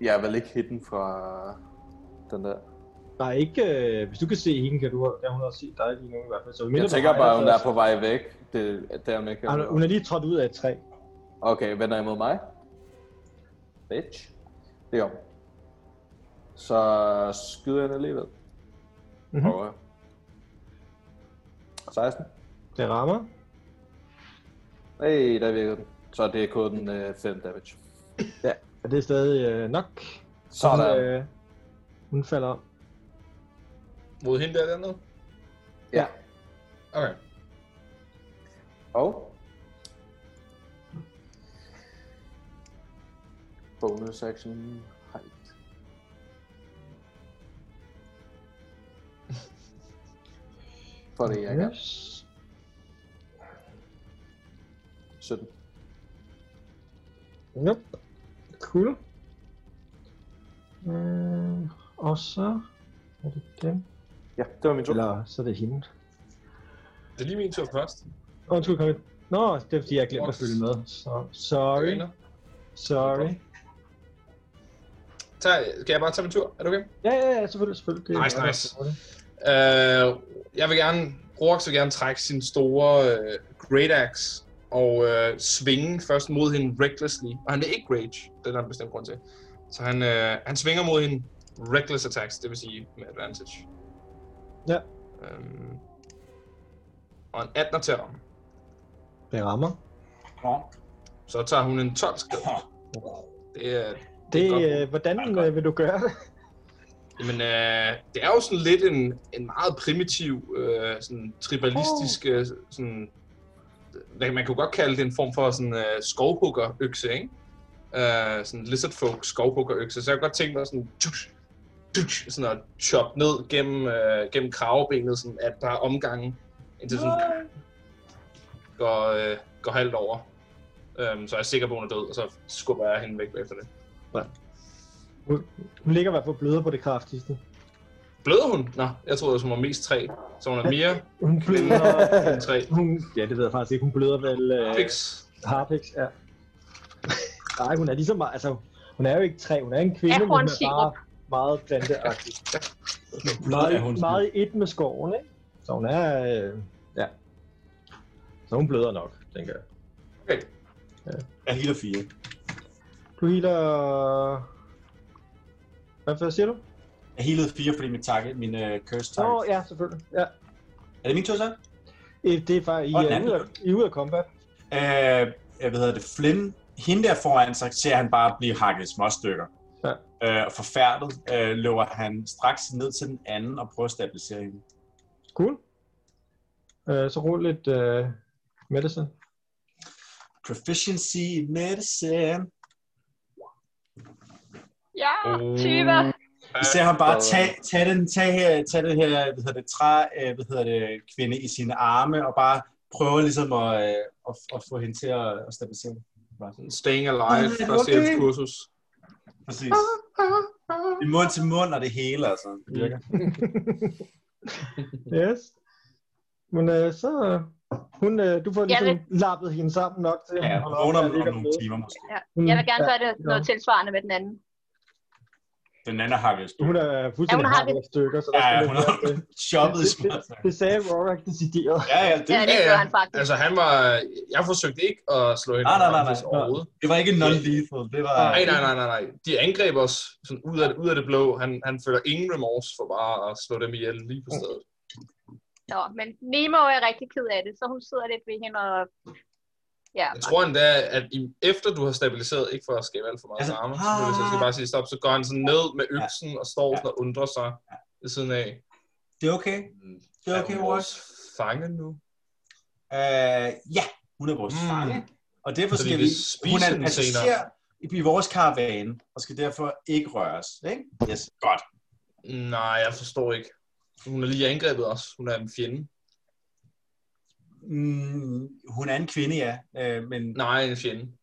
Jeg er vel ikke hidden fra den der.
Nej, ikke... Øh, hvis du kan se hende, kan du kan hun også se dig lige nu i hvert fald. Så
Jeg tænker bare, hun er på vej væk. Det, det er hun ikke.
Hun, hun er lige trådt ud af et træ.
Okay, vender imod mig. Bitch. Det er om. Så skyder jeg den alligevel.
Mhm.
Mm-hmm. Og 16.
Det rammer.
Hey, der virkede den. Så det er kun øh, 5 damage.
Og det er stadig øh, nok.
Sådan.
Hun, øh, hun falder om.
Mod hende der dernede?
Ja.
Okay.
Og... Bonus action height. For det, jeg kan.
Yes.
17.
Yep. Cool. Øh, og så er det dem.
Ja, det var min tur.
Eller så er det hende.
Det er lige min tur først.
Undskyld, Kalle. Nå, det er fordi, jeg glemte at følge med. Så, sorry.
Arena.
Sorry.
tager, skal jeg bare tage min tur? Er det okay?
Ja, ja, ja, selvfølgelig, selvfølgelig. Det er
Nice,
meget
nice.
godt.
Øh, jeg vil gerne, Roax vil gerne trække sin store øh, Great Axe og øh, svinge først mod hende recklessly. Og han vil ikke rage, det er der en bestemt grund til. Så han, øh, han svinger mod hende reckless attacks, det vil sige med advantage.
Ja.
Øhm, og en 18 til ham.
Det rammer.
Nå,
Så tager hun en 12 skade. Det er
Det,
er godt.
øh, hvordan
Det er godt.
øh, vil du gøre det?
Jamen, øh, det er jo sådan lidt en, en meget primitiv, øh, sådan tribalistisk, øh, sådan, hvad, man kunne godt kalde det en form for sådan øh, skovhuggerøkse, ikke? Øh, sådan lizard folk skovhuggerøkse. Så jeg kunne godt tænke mig sådan, tush, tush, sådan at choppe ned gennem, øh, gennem kravebenet, sådan at der er omgange, indtil sådan går, øh, går halvt over. Øhm, så er jeg sikker på, at hun er død, og så skubber jeg hende væk efter det.
Hun ligger i hvert fald bløder på det kraftigste.
Bløder hun? Nå, jeg troede, at hun var mest træ. Så hun er mere
Hun bløder...
end træ.
hun, ja, det ved jeg faktisk ikke. Hun bløder vel... Øh,
Fix.
Harpix, ja. Nej, hun er ligesom... Altså, hun er jo ikke træ, hun er en kvinde,
Er
men
hun
hun er
sirup?
meget, meget planteagtig.
er
meget,
hun
meget i et med skoven, ikke? Så hun er... Øh, ja. Så hun bløder nok, tænker jeg.
Jeg healer fire.
Du healer... Hvad for siger du?
Jeg healede fire, fordi min target, min uh, curse
Nå,
target. Oh, ja.
ja, selvfølgelig. Ja.
Er det min tur så?
Øh, Det er faktisk... I
Og den
er
anden.
ude af, I er ude af combat.
Øh, jeg ved, det Flynn, hende der foran, så ser han bare blive hakket i små stykker.
Ja.
Øh, og forfærdet øh, løber han straks ned til den anden og prøver at stabilisere hende.
Cool. Øh, så rul lidt øh, medicine.
Proficiency in medicine.
Ja,
Oh,
20.
Vi ser ham bare tage, tage, den, tage, her, tage den her, hvad hedder det, træ, øh, hvad hedder det, kvinde i sine arme, og bare prøve ligesom at, øh, at, at få hende til at, at stabilisere hende.
Staying Alive,
Okay.
første okay. kursus.
Præcis. Det er mund til mund, og det hele, altså. Det virker.
Yes. Men øh, så... øh, Hun, øh, du får
Jeg
ligesom lappet hende sammen nok til... at
Ja,
hun
hun
holder op
vågner
med at
om,
ligge og
om nogle
bløde.
timer måske.
Hun-
Jeg vil gerne
Mm. ja,
gøre det noget tilsvarende med den anden.
Den anden har vi
Hun er fuldstændig ja,
Ja, hun har
hakket i stykker, så der
Ja,
skal
hun
lidt
har
mere til.
shoppet i
Det-
små
det- Det sagde Rorak decideret.
Ja, ja, det,
Ja, det
Ja,
gør
ja.
han faktisk.
Altså, han var... Jeg forsøgte ikke at slå hende
Nej, nej, nej,
udenfor
nej.
overhovedet.
det var ikke non-lethal. Det var...
Nej, nej, nej, nej, nej. De angreb os sådan ud af, ud af det blå. Han, han føler ingen remorse for bare at slå dem ihjel lige på stedet.
Nå, men Nemo er rigtig ked af det, så hun sidder lidt ved hende og... Ja,
Mm.
Jeg tror endda, at i, efter du har stabiliseret, ikke for at skabe alt for meget
Altså,
drama, selvfølgelig, så jeg skal bare sige stop, så går han sådan ned med øksen og står sådan og undrer sig ved siden af.
Det er okay. Det er okay,
hun vores
Ross.
fange nu?
Øh, ja, hun er vores
Mm.
fange. Og derfor
Så vi
skal
vil
vi...
spise
Hun er en
hende
passager i vores karavane, og skal derfor ikke røres. Ikke? Yes, godt.
Nej, jeg forstår ikke. Hun er lige angrebet os. Hun er en fjende.
Mm, hun er en kvinde, ja. Øh, men...
Nej, en fjende.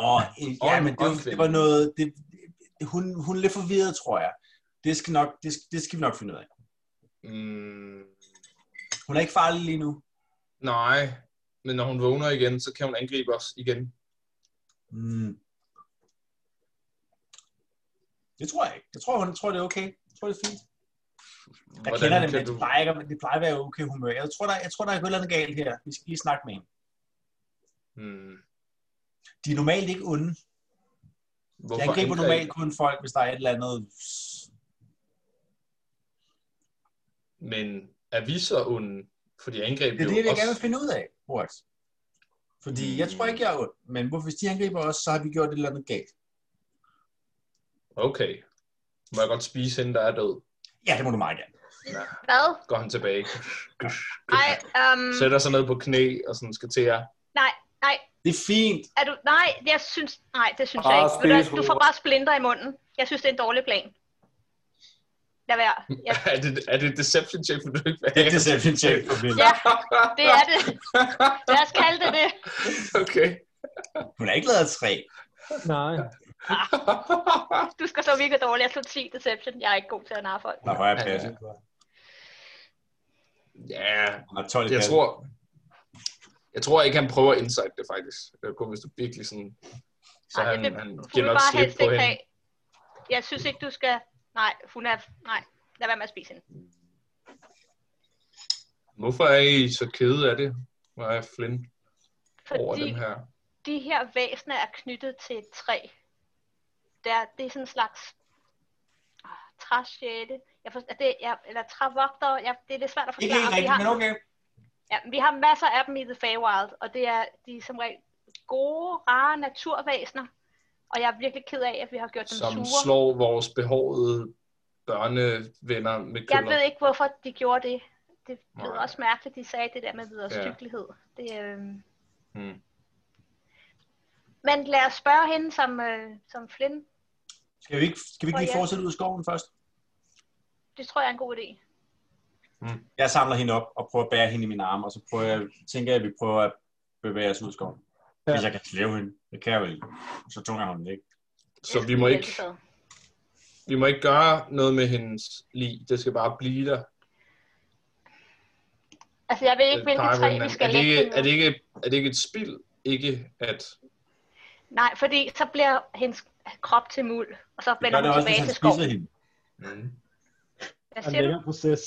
Åh, øh, ja,
Åh,
men det, var-
åndssvagt.
det var noget... Det, hun, hun er lidt forvirret, tror jeg. Det skal, nok, det, skal- det skal vi nok finde ud af.
Mm,
Hun er ikke farlig lige nu.
nej, men når hun vågner igen, så kan hun angribe os igen.
Mm. Det tror jeg ikke. Jeg tror, hun jeg tror, det er okay. Jeg tror, det er fint. Jeg
Hvordan
kender det,
kan
men
du-
det plejer, ikke, at- det plejer at være okay humør. Jeg tror, der, jeg tror, der er et eller andet galt her. Vi skal lige snakke med hende.
Mm,
De er normalt ikke onde.
hvorfor
Jeg angriber
angreb-
normalt kun folk, hvis der er et eller andet...
Men er vi så onde? Fordi angreb
Det er det,
jo
jeg
os.
gerne vil finde ud af, Boris. Fordi jeg tror ikke, jeg er ond. Men hvorfor- hvis de angriber os, så har vi gjort et eller andet galt.
Okay. Må jeg godt spise hende, der er død?
Ja, det må du meget gerne.
hvad?
Går han tilbage.
Nej, øhm,
Sætter sig ned på knæ og sådan skal til jer.
nej,
Det er fint.
er du, nej, jeg synes, nej, det synes
Bare
jeg ikke. Ved Du,
spis
hvad, du får bare splinter i munden. Jeg synes, det er en dårlig plan. Lad være. Jeg,
er, det, er det et deception check, for du ikke
Det er det, jeg vil tjekke på
Ja. det er det. Lad os kalde det det.
okay.
Hun er ikke lavet af træ.
Nej.
Du skal slå virkelig dårligt. Jeg slog 10 deception. Jeg er ikke god til at narre folk.
Nå, hvor er
Ja, ja.
passet.
ja,
Hun har 12 i
Jeg
passet.
tror, jeg tror ikke, han prøver at insight det faktisk. Det er kun hvis du virkelig sådan... Så
Ej,
Ej, han,
det
han
Hun
giver
vil
nok
bare
slip
helst
på
ikke
hende.
have. Jeg synes ikke, du skal... Nej, hun er... Nej, lad være med at spise hende.
Hvorfor er I så kede af det? Hvor er Flynn over
Fordi
dem her?
de her væsener er knyttet til et træ. Der, det er sådan en slags oh, træsjæle. Jeg forstår, det, jeg, eller trævogter. Jeg, det er lidt svært at
Ikke
forklare.
helt rigtigt,
Vi har-
men okay.
Ja, vi har masser af dem i The Feywild, og det er de er som regel gode, rare naturvæsener. Og jeg er virkelig ked af, at vi har gjort dem
Som
sure.
slår vores behårede børnevenner med
jeg
køller.
ved ikke, hvorfor de gjorde det. Det blev
Nej.
også mærkeligt, de sagde det der med videre
Ja.
styggelighed. Det, øh...
Hmm.
Men lad os spørge hende, som, øh, som Flynn.
Skal vi ikke, skal vi ikke
Åh,
lige
ja.
fortsætte ud i skoven først?
Det tror jeg er en god idé.
Jeg samler hende op og prøver at bære hende i mine arme, og så prøver jeg, tænker jeg, at vi prøver at bevæge os ud i skoven.
Ja.
Ja. Hvis jeg kan slæve hende, det kan jeg vel. Så tunger hun den ikke.
Så
Det
vi
skal
må,
hjælpe
ikke,
med.
vi må ikke gøre noget med hendes lig. Det skal bare blive der.
Altså, jeg ved ikke, hvilket
Bare
træ
hvordan-
vi skal
Øh, er, det
lægge
ikke,
hende
er, det
i.
ikke, er det ikke et spild? Ikke at...
Nej, fordi så bliver hendes krop til muld, og så
Det
vender
gør det
hun
også, hvis
tilbage
han
til
spiser
skoven.
hende.
Mm.
Hvad
er en
siger du?
længere proces.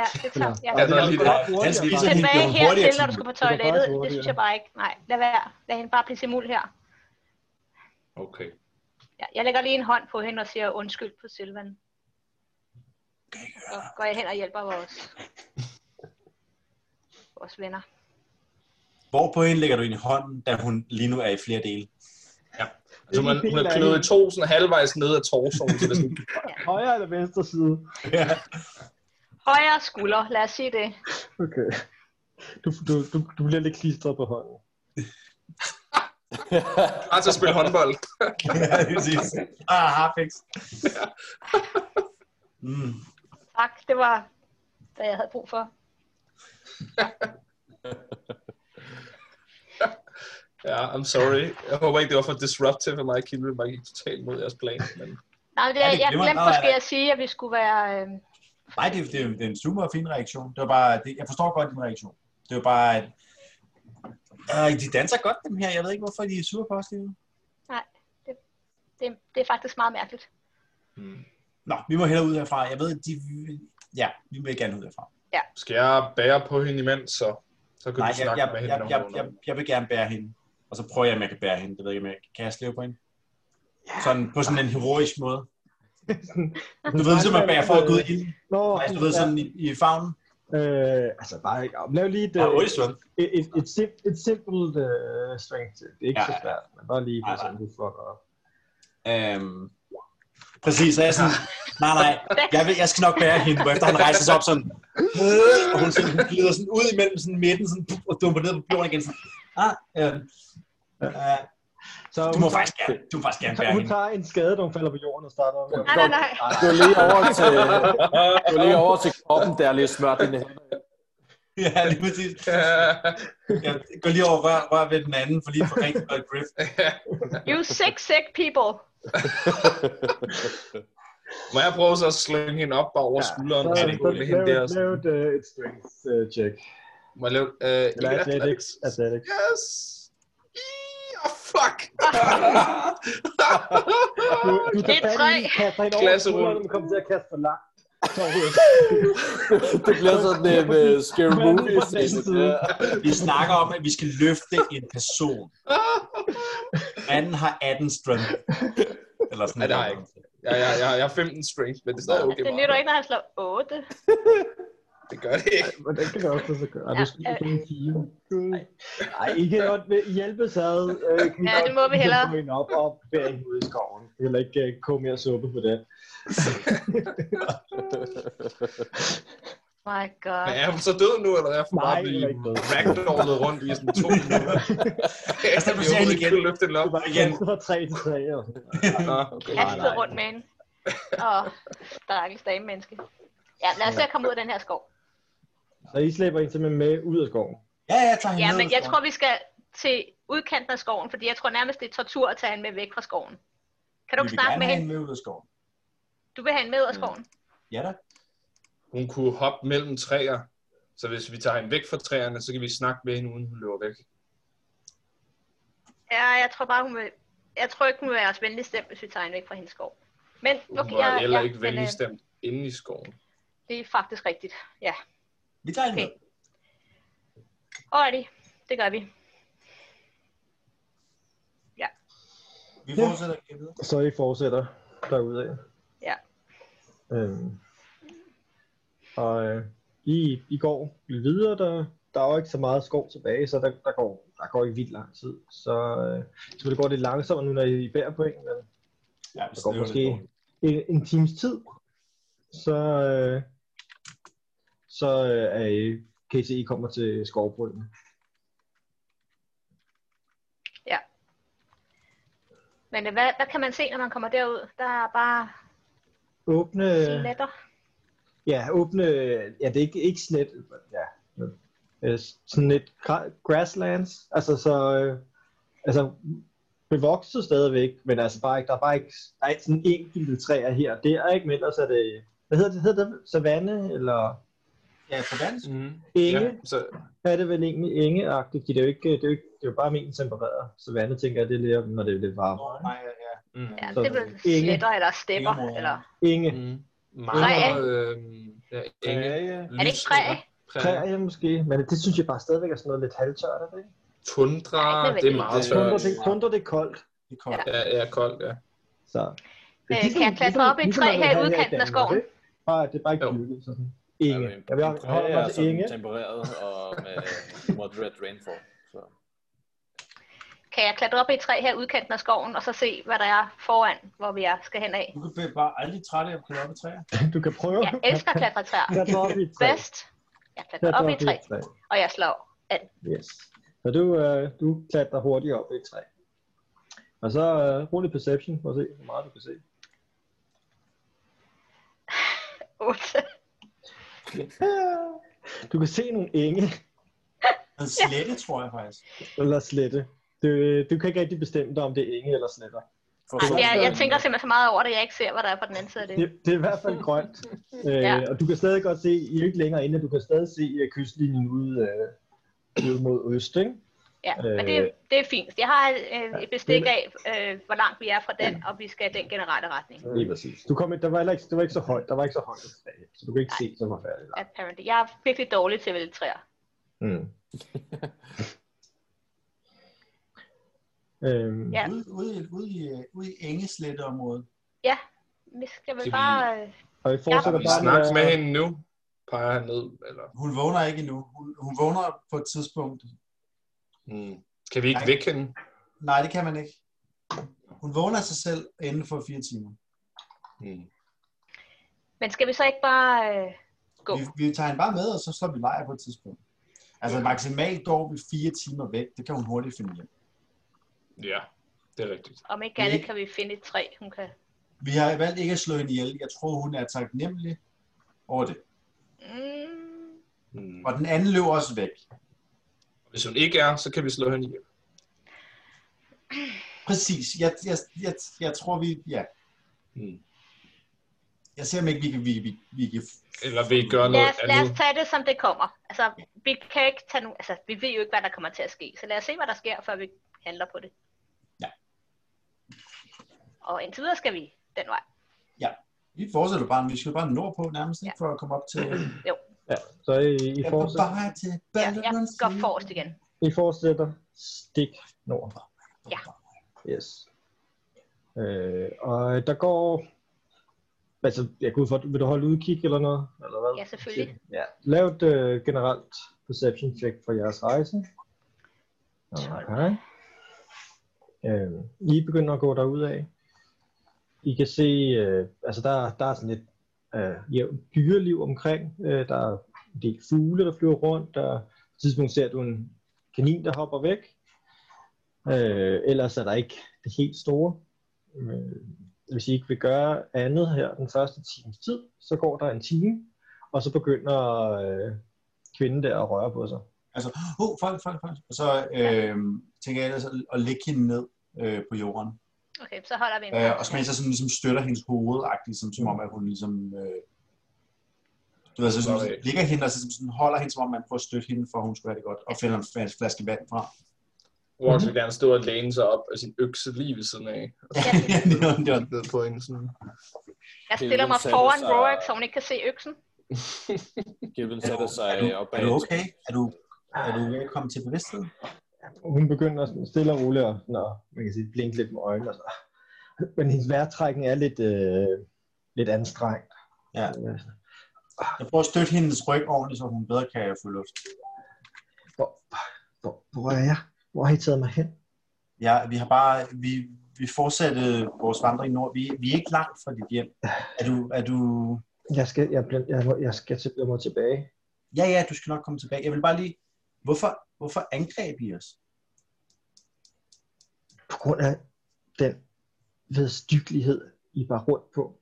Ja, det tager
Eller-
ja.
Ja, der er
går
lige-
ret hurtigere,
Han spiser
faktisk.
hende.
Tilbage
bliver hurtigere
hertil,
til
når du skal på
muld.
Det går
toilettet.
faktisk
Det synes
hurtigere.
jeg bare ikke. Nej, lad være. Lad hende bare blive til muld her.
Okay.
Ja, jeg lægger lige en hånd på hende og siger undskyld på Silvan. Så går jeg hen og hjælper vores, vores venner.
Hvor på hende lægger du hende i hånden, da hun lige nu er i flere dele?
Altså, hun, er- hun er knyttet i to sådan halvvejs ned ad torsoen, så det er sådan,
Højre eller venstre side?
Ja.
Højre skulder, lad os sige det.
Okay. Du, du, du, du bliver lidt klistret på hånden.
klar til at spille håndbold.
ja, præcis. Ah, harfix. Mm.
Tak, det var, hvad jeg havde brug for.
Ja, I'm sorry. Jeg håber ikke, det var for disruptive af mig at kilde mig gik totalt mod jeres plan. Men...
Nej, men det,
Ja, det
jeg
glemmer-
glemte
Nå,
måske
ja.
at sige, at vi skulle være... Øh,
Nej, det, det, det er en super fin reaktion. Det var bare, det, jeg forstår godt din reaktion. Det var bare, at øh, de danser godt, dem her. Jeg ved ikke, hvorfor de er sure på os lige nu.
det, det er faktisk meget mærkeligt.
Hmm.
Nå, vi må hellere ud herfra. Jeg ved, de... Ja, vi vil gerne ud herfra.
Skal jeg bære på hende imens, så, så kan
Nej,
du
jeg,
snakke
jeg, jeg,
med hende,
jeg,
når hun
jeg,
vågner
jeg, jeg vil gerne bære hende. Og så prøver jeg, om jeg kan bære hende. Det ved jeg ikke, om jeg kan jeg slæve på hende. Sådan, på sådan en heroisk måde. Du ved, som at bære for at gå ud i ilden.
Nå,
Nej, du ved, sådan i, i favnen.
Øh, altså bare ikke. Lav lige et,
Ja,
øh,
Øjstrøm.
et, et, et, sim- et simpelt uh, strength check. Det er ikke
Ja,
ja, så
ja.
svært, men bare lige,
Nej,
hvis du fucker op.
Øhm, præcis, så jeg er sådan, nej, nej, jeg, vil, jeg skal nok bære hende, hvor efter han rejser sig op sådan, øh, og hun, sådan, hun glider sådan ud imellem sådan midten, sådan, puff, og dumper ned på jorden igen, sådan, ah, øh, øh,
Så
du må faktisk gerne, du må faktisk gerne bære
hun
hende.
tager en skade, da hun falder på jorden og starter med.
Nej, nej, nej.
Gå lige over til, gå lige over til kroppen, der er lidt smørt dine hænder.
Ja, lige præcis. Ja, gå lige over og rør, rør ved den anden, for lige at få rigtig godt grip.
You sick, sick people.
Må jeg prøve så at slynge hende op bare over ja, skulderen,
så,
så
så,
det går med hende
lav,
der?
et-
og
lav
sådan.
et, øh, et strength øh, check.
Må jeg lave... Øh,
Eller
ikke
athletics.
athletics?
Athletics.
Yes! Ih, Oh, fuck!
Du, du
Det er
tager
tre.
fat i- kaster hende over
Klasse
skulderen,
rundt.
men kommer til at kaste for langt. Så
Det bliver sådan en uh, scary
Hvad er det
movie.
på den anden side?
Ja.
Vi snakker om, at vi skal løfte en person. Manden har 18 strength. Eller sådan
Nej, det har jeg
noget.
ja, ja, ja, jeg har 15 strength, men det er stadig okay.
Det
meget.
nytter ikke, når han slår 8.
Det gør det ikke.
Hvordan kan det også så gøre?
Ja,
Du skal
øh.
ikke en fire. Nej, I kan godt ved- hjælpes ad. øh, kan I
Ja,
godt
det må vi hellere.
hjælpe hende op og bære hende ud i skoven. Det er heller ikke øh, koge mere suppe på det.
My
Men
god.
er hun så død nu, eller er hun
Nej,
bare
hun er
blevet
ikke død.
ragdollet rundt i sådan to minutter?
Altså,
Altså,
du
vi
ser
har
hende
ikke
igen.
kunnet løfte den op.
Det var
Igen.
kastet fra 3 til 3. Og sådan.
Nå, okay.
Nej,
Kastet
nej.
rundt med hende. Åh, stakkels damemenneske. Ja, lad os se at komme ud af den her skov.
Så I slæber hende simpelthen med ud af skoven.
Ja, jeg tager hende
Ja,
ned,
men jeg
så.
tror, vi skal til udkanten af skoven, fordi jeg tror nærmest, det er tortur at tage hende med væk fra skoven. Kan du
Vi vil
ikke snakke
gerne
med
have
hende?
hende med ud af skoven.
Du vil have hende med ud af skoven.
Ja da.
Hun kunne hoppe mellem træer. Så hvis vi tager hende væk fra træerne, så kan vi snakke med hende, uden hun løber væk.
Ja, jeg tror bare, hun vil... Jeg tror ikke, hun vil være os venligst stemt, hvis vi tager hende væk fra hendes skov. Men
Hun var
ja,
heller
ja,
ikke
men, øh,
venlig stemt inde i skoven.
Det er faktisk rigtigt. Ja.
Vi tager en
Okay.
med.
Alrighty, det gør vi.
Vi
Ja.
fortsætter ikke videre.
Så I fortsætter derudad.
Ja.
Øhm. Og øh, I, I går videre, der, der er jo ikke så meget skov tilbage, så der, der, går, der går ikke vildt lang tid. Så, øh, så det går lidt langsommere nu, når I bærer på en, men
Ja,
der
hvis
går
det er
måske
lidt dårligt.
en, en times tid. Så, øh, så øh, er I, kan I se, I kommer til skovbrønden.
Men øh, hvad, hvad kan man se, når man kommer derud? Der er bare
Åbne,
sletter.
Ja, åbne, ja det er ikke, ikke slet, ja, men, øh, sådan lidt gra- grasslands, altså så, øh, altså bevokset stadigvæk, men altså bare ikke, der er bare ikke, der er ikke sådan enkelte træer her og der, ikke, men ellers er det, hvad hedder det, hedder det savanne, eller
Ja, på dansk.
Mm.
enge,
Ja, så,
ja. er det vel egentlig engeagtigt, det er jo ikke, det er jo, ikke, det er jo bare min tempereret savanne, tænker jeg, det er lidt, når det er lidt varmere.
Nå, Nej, ja, ja.
mm.
Ja,
så
det er vel
enge.
sletter eller stepper.
Engeområder.
Eller,
Enge,
Mm.
Træ.
Meget, øh, ja, enge,
Enge.
er det ikke træ?
Præ,
Prærie måske, men det synes jeg bare stadigvæk er sådan noget lidt halvtørt, er det ikke?
tundra,
Ej, det er
det er
vel
meget
ikke-
Tundra,
tørt.
det, tundra, det er koldt.
Det er koldt.
Ja, ja, koldt, ja.
Så. ligesom-
Øh, kan jeg klatre op i et træ her i udkanten af skoven?
Nej, det er bare ikke
Jo.
bygget sådan. Inge.
Ja, men-
Jeg vil holde
Ja,
mig
ja,
til Inge.
sådan tempereret og med moderate rainfall. Så.
Kan jeg klatre op i et træ her i udkanten af skoven, og så se, hvad der er foran, hvor vi er, skal hen af?
Du kan blive bare aldrig træt af at køre op i træer.
Du kan prøve.
Jeg elsker at klatre i træer.
Klatre op i et træ.
Bedst. Jeg klatrer
Klatre
op i et træ,
træ.
og jeg slår.
Yes. Så du, øh, du klatrer hurtigt op i et træ. Og så øh, rolig perception, for at se, hvor meget du kan se.
8.
Du kan se nogle enge,
En slette, tror jeg faktisk.
eller slette. Du, du kan ikke rigtig bestemme dig, om det er enge eller sletter.
For
Ej,
Altså, Jeg, jeg tænker simpelthen så meget over det, jeg ikke ser, hvad der er på den anden side af det.
Det, det er i hvert fald grønt. Øh,
Ja.
Og du kan stadig godt se, I er ikke længere inde, du kan stadig se øh, kystlinjen ude, øh, ude mod øst, ikke?
Ja, men det, det er fint. Jeg har øh, et bestik af, øh, hvor langt vi er fra den, og vi skal i den generelle retning.
Lige præcis. Du kom, ind- der var heller ikke, det var ikke så højt, der var ikke så højt, et træ, så du kan ikke
Nej.
se så forfærdeligt langt.
Apparently. Jeg er virkelig dårlig til at vælge træer.
Mm. øhm,
Ja.
Ude, ude, i- ude, i, øh, ude i engesletteområdet.
Vi skal vel
Skal vi-
bare... Øh,
Og vi fortsætter
Vi
bare
snakkes med hende nu, peger han ned, eller...
Hun vågner ikke endnu. Hun, hun vågner på et tidspunkt.
Mm. Kan vi ikke
Nej.
vække hende?
Nej, det kan man ikke. Hun vågner af sig selv inden for fire timer.
Mm.
men skal vi så ikke bare... Øh, Gå.
Vi, vi tager hende bare med, og så slår vi lejr på et tidspunkt. Altså maksimalt går vi fire timer væk. Det kan hun hurtigt finde hjem.
Ja, det er rigtigt.
om ikke andet kan vi finde et træ, hun kan...
Vi har valgt ikke at slå hende ihjel. Jeg tror, hun er taknemmelig over det.
Mm,
Mm.
Og den anden løber også væk.
Hvis hun ikke er, så kan vi slå hende ihjel.
Præcis. Jeg, jeg, jeg, jeg tror, vi... Ja.
Mm.
Jeg ser, om ikke vi kan... Vi, vi, vi kan
Eller vil I gøre
lad,
noget
os, lad os
andet?
tage det, som det kommer. Altså, vi kan ikke tage nogen... Altså, vi ved jo ikke, hvad der kommer til at ske. Så lad os se, hvad der sker, før vi handler på det.
Ja.
Og indtil videre skal vi den vej.
vi fortsætter bare. Vi skal bare nordpå nærmest, ikke? For at komme op til...
Ja, så I, I,
Jeg er på
fortsætter,
vej til
Ja, jeg
Ballons.
går forrest igen.
I fortsætter stik nord.
Ja.
Yes. Øh, og der går... Altså, jeg kunne for, vil du holde udkig eller noget? Eller hvad?
Ja, selvfølgelig.
Ja. Lav et øh, generelt perception check for jeres rejse. Okay. Øh, I begynder at gå derudad. I kan se, øh, altså der, der er sådan lidt øh, jævnt dyreliv omkring. Øh, der er en del fugle, der flyver rundt. Der, på et tidspunkt ser du en kanin, der hopper væk. Øh, ellers er der ikke det helt store. Øh, hvis I ikke vil gøre andet her den første times tid, så går der en time, og så begynder øh, kvinden der at røre på sig.
Altså, oh, folk, folk, folk. Og så øh, tænker jeg ellers at, at lægge hende ned øh, på jorden.
Okay, så holder vi en
Øh, og så mens jeg sådan, ligesom støtter hendes hoved, som, som om, at hun ligesom... Øh, du ved, så sådan, ligesom
øh,
Sorry.
ligger hende og så, sådan, holder hende, som om man prøver at støtte hende, for at hun skulle have det godt, og finder en flas- flaske vand fra.
Walsh vil gerne stå og læne sig op af sin økse lige ved siden af. Og så
ja, det var, det var,
ned på hende sådan.
Jeg
Det er
stiller mig
udsat,
foran
så-
Rorik, så hun ikke kan se øksen.
Gilvin sætter
er, du,
sig øh, op bag
er du okay? Er du, er du ved at komme til bevidsthed?
Hun begynder sådan stille og roligt og sådan, at, man kan sige, blinke lidt med øjnene. Og så. Men hendes vejrtrækning er lidt, øh, lidt anstrengt. Øh,
Ja. Jeg prøver at støtte hendes ryg ordentligt, så hun bedre kan få luft.
Hvor, hvor, hvor er jeg? Hvor har I taget mig hen?
Ja, vi har bare, vi, vi fortsatte vores vandring nord. Vi, vi er ikke langt fra dit hjem. Er du, er du...
Jeg skal, jeg, bliver- jeg, må- jeg skal til, jeg må tilbage.
Ja, ja, du skal nok komme tilbage. Jeg vil bare lige... Hvorfor, hvorfor angreb I os?
På grund af den vedstyggelighed, I var rundt på.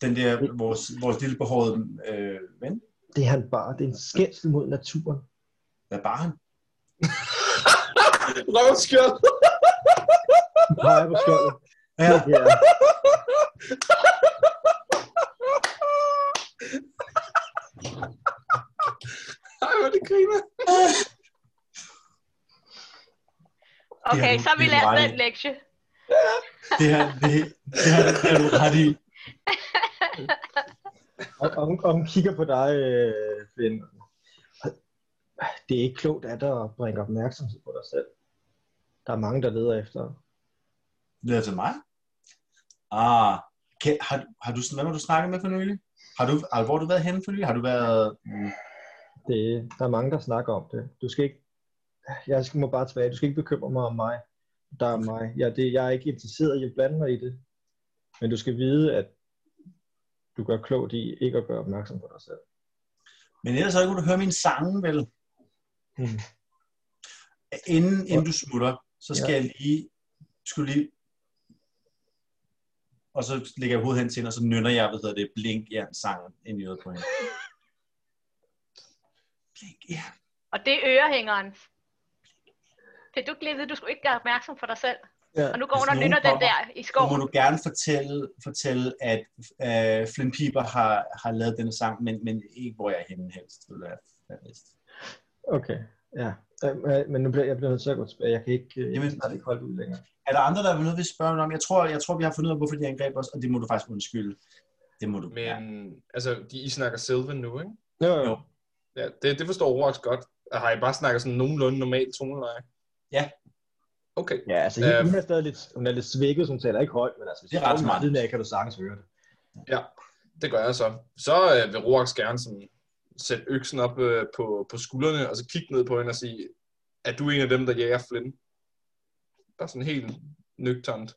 Den der, vores, vores lille behårede øh, ven?
Det er han bare. Det er en skændsel mod naturen.
Hvad var han?
Røvskjold!
Hun peger på skjoldet.
Ja,
Ja.
Ej, hvor det griner.
Okay,
du-
så har vi
det er
lært
du ret i.
den lektie.
det her, det, det her, det er du ret i.
Og, og, hun, og hun kigger på dig, øh, Finn. Det er ikke klogt af dig at bringe opmærksomhed på dig selv. Der er mange, der leder efter. dig.
Lyder til mig? Ah, kan, har, har du, hvem har du snakket med for nylig? Har du, ah, hvor har du været henne for nylig? Har du været... Mm,
Det, der er mange, der snakker om det. Du skal ikke... Jeg skal, må bare tilbage. Du skal ikke bekymre mig om mig. Der er mig. Jeg, det, jeg er ikke interesseret i at blande mig i det. Men du skal vide, at du gør klogt i ikke at gøre opmærksom på dig selv.
men ellers så kunne du høre min sange, vel? Hmm.
Mm.
Inden, inden du smutter, så skal
Ja.
ja. jeg lige... Skal du lige og så lægger jeg hovedet hen til hende, og så nynner jeg, hvad hedder det, blink jern sangen ind i øret på hende. blink jern.
Og det er ørehængeren. Det du ikke lige vide, du skulle ikke gøre opmærksom for dig selv.
Ja.
Og nu går
Hvis
hun og
Altså, nogen
lytter den
kommer,
der i
Så må
skoven.
du gerne fortælle, fortælle at øh, Flynn Pieper har, har lavet denne sang, men, men ikke hvor jeg er henne helst. Vil jeg, jeg helst.
Okay. Ja. Øhm, øh, Men nu bliver jeg bliver nødt til at gå tilbage. Jeg kan ikke, øh, jeg
Jamen-
kan snart ikke holde ud længere.
Er der andre, der vil noget, vi spørger om? Jeg tror, jeg tror, vi har fundet ud af, hvorfor de angreb os, og det må du faktisk undskylde. Det må du
Men, altså, de, I snakker Sylvan nu, ikke?
Jo,
Jo.
jo.
Ja, det, det forstår Rox godt. Har I bare snakket sådan nogenlunde normal toneleje?
Ja.
Okay.
Ja, altså
Øhm.
øh, hun er stadig lidt, hun er lidt svækket, så hun taler ikke højt, men altså, hvis
Det er
du
ret
står ved
smart.
siden af, kan du sagtens høre det.
Ja, det gør jeg så. Så øh, vil Roax gerne sådan, sætte øksen op øh, på, på skuldrene, og så kigge ned på hende og sige, er du en af dem, der jager Flynn? Bare sådan helt nøgternt.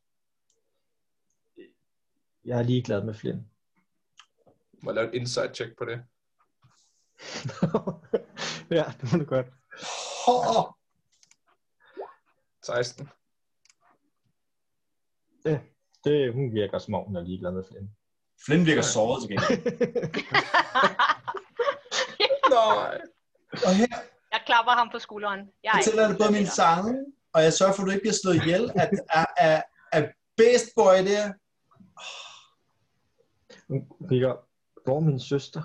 Jeg er ligeglad med Flynn.
Må jeg lave et insight check på det?
ja, det må du godt.
Oh,
16.
Det, hun virker som om, hun er ligeglad med Flynn.
Flynn virker såret til gengæld.
Nej.
Og her
Jeg klapper ham på skulderen. Jeg er ikke
fortæller jeg dig både min
interesseret.
sange, og jeg sørger for, at du ikke bliver slået ihjel, at, at, at, at best boy der.
Hun kigger, hvor er min søster?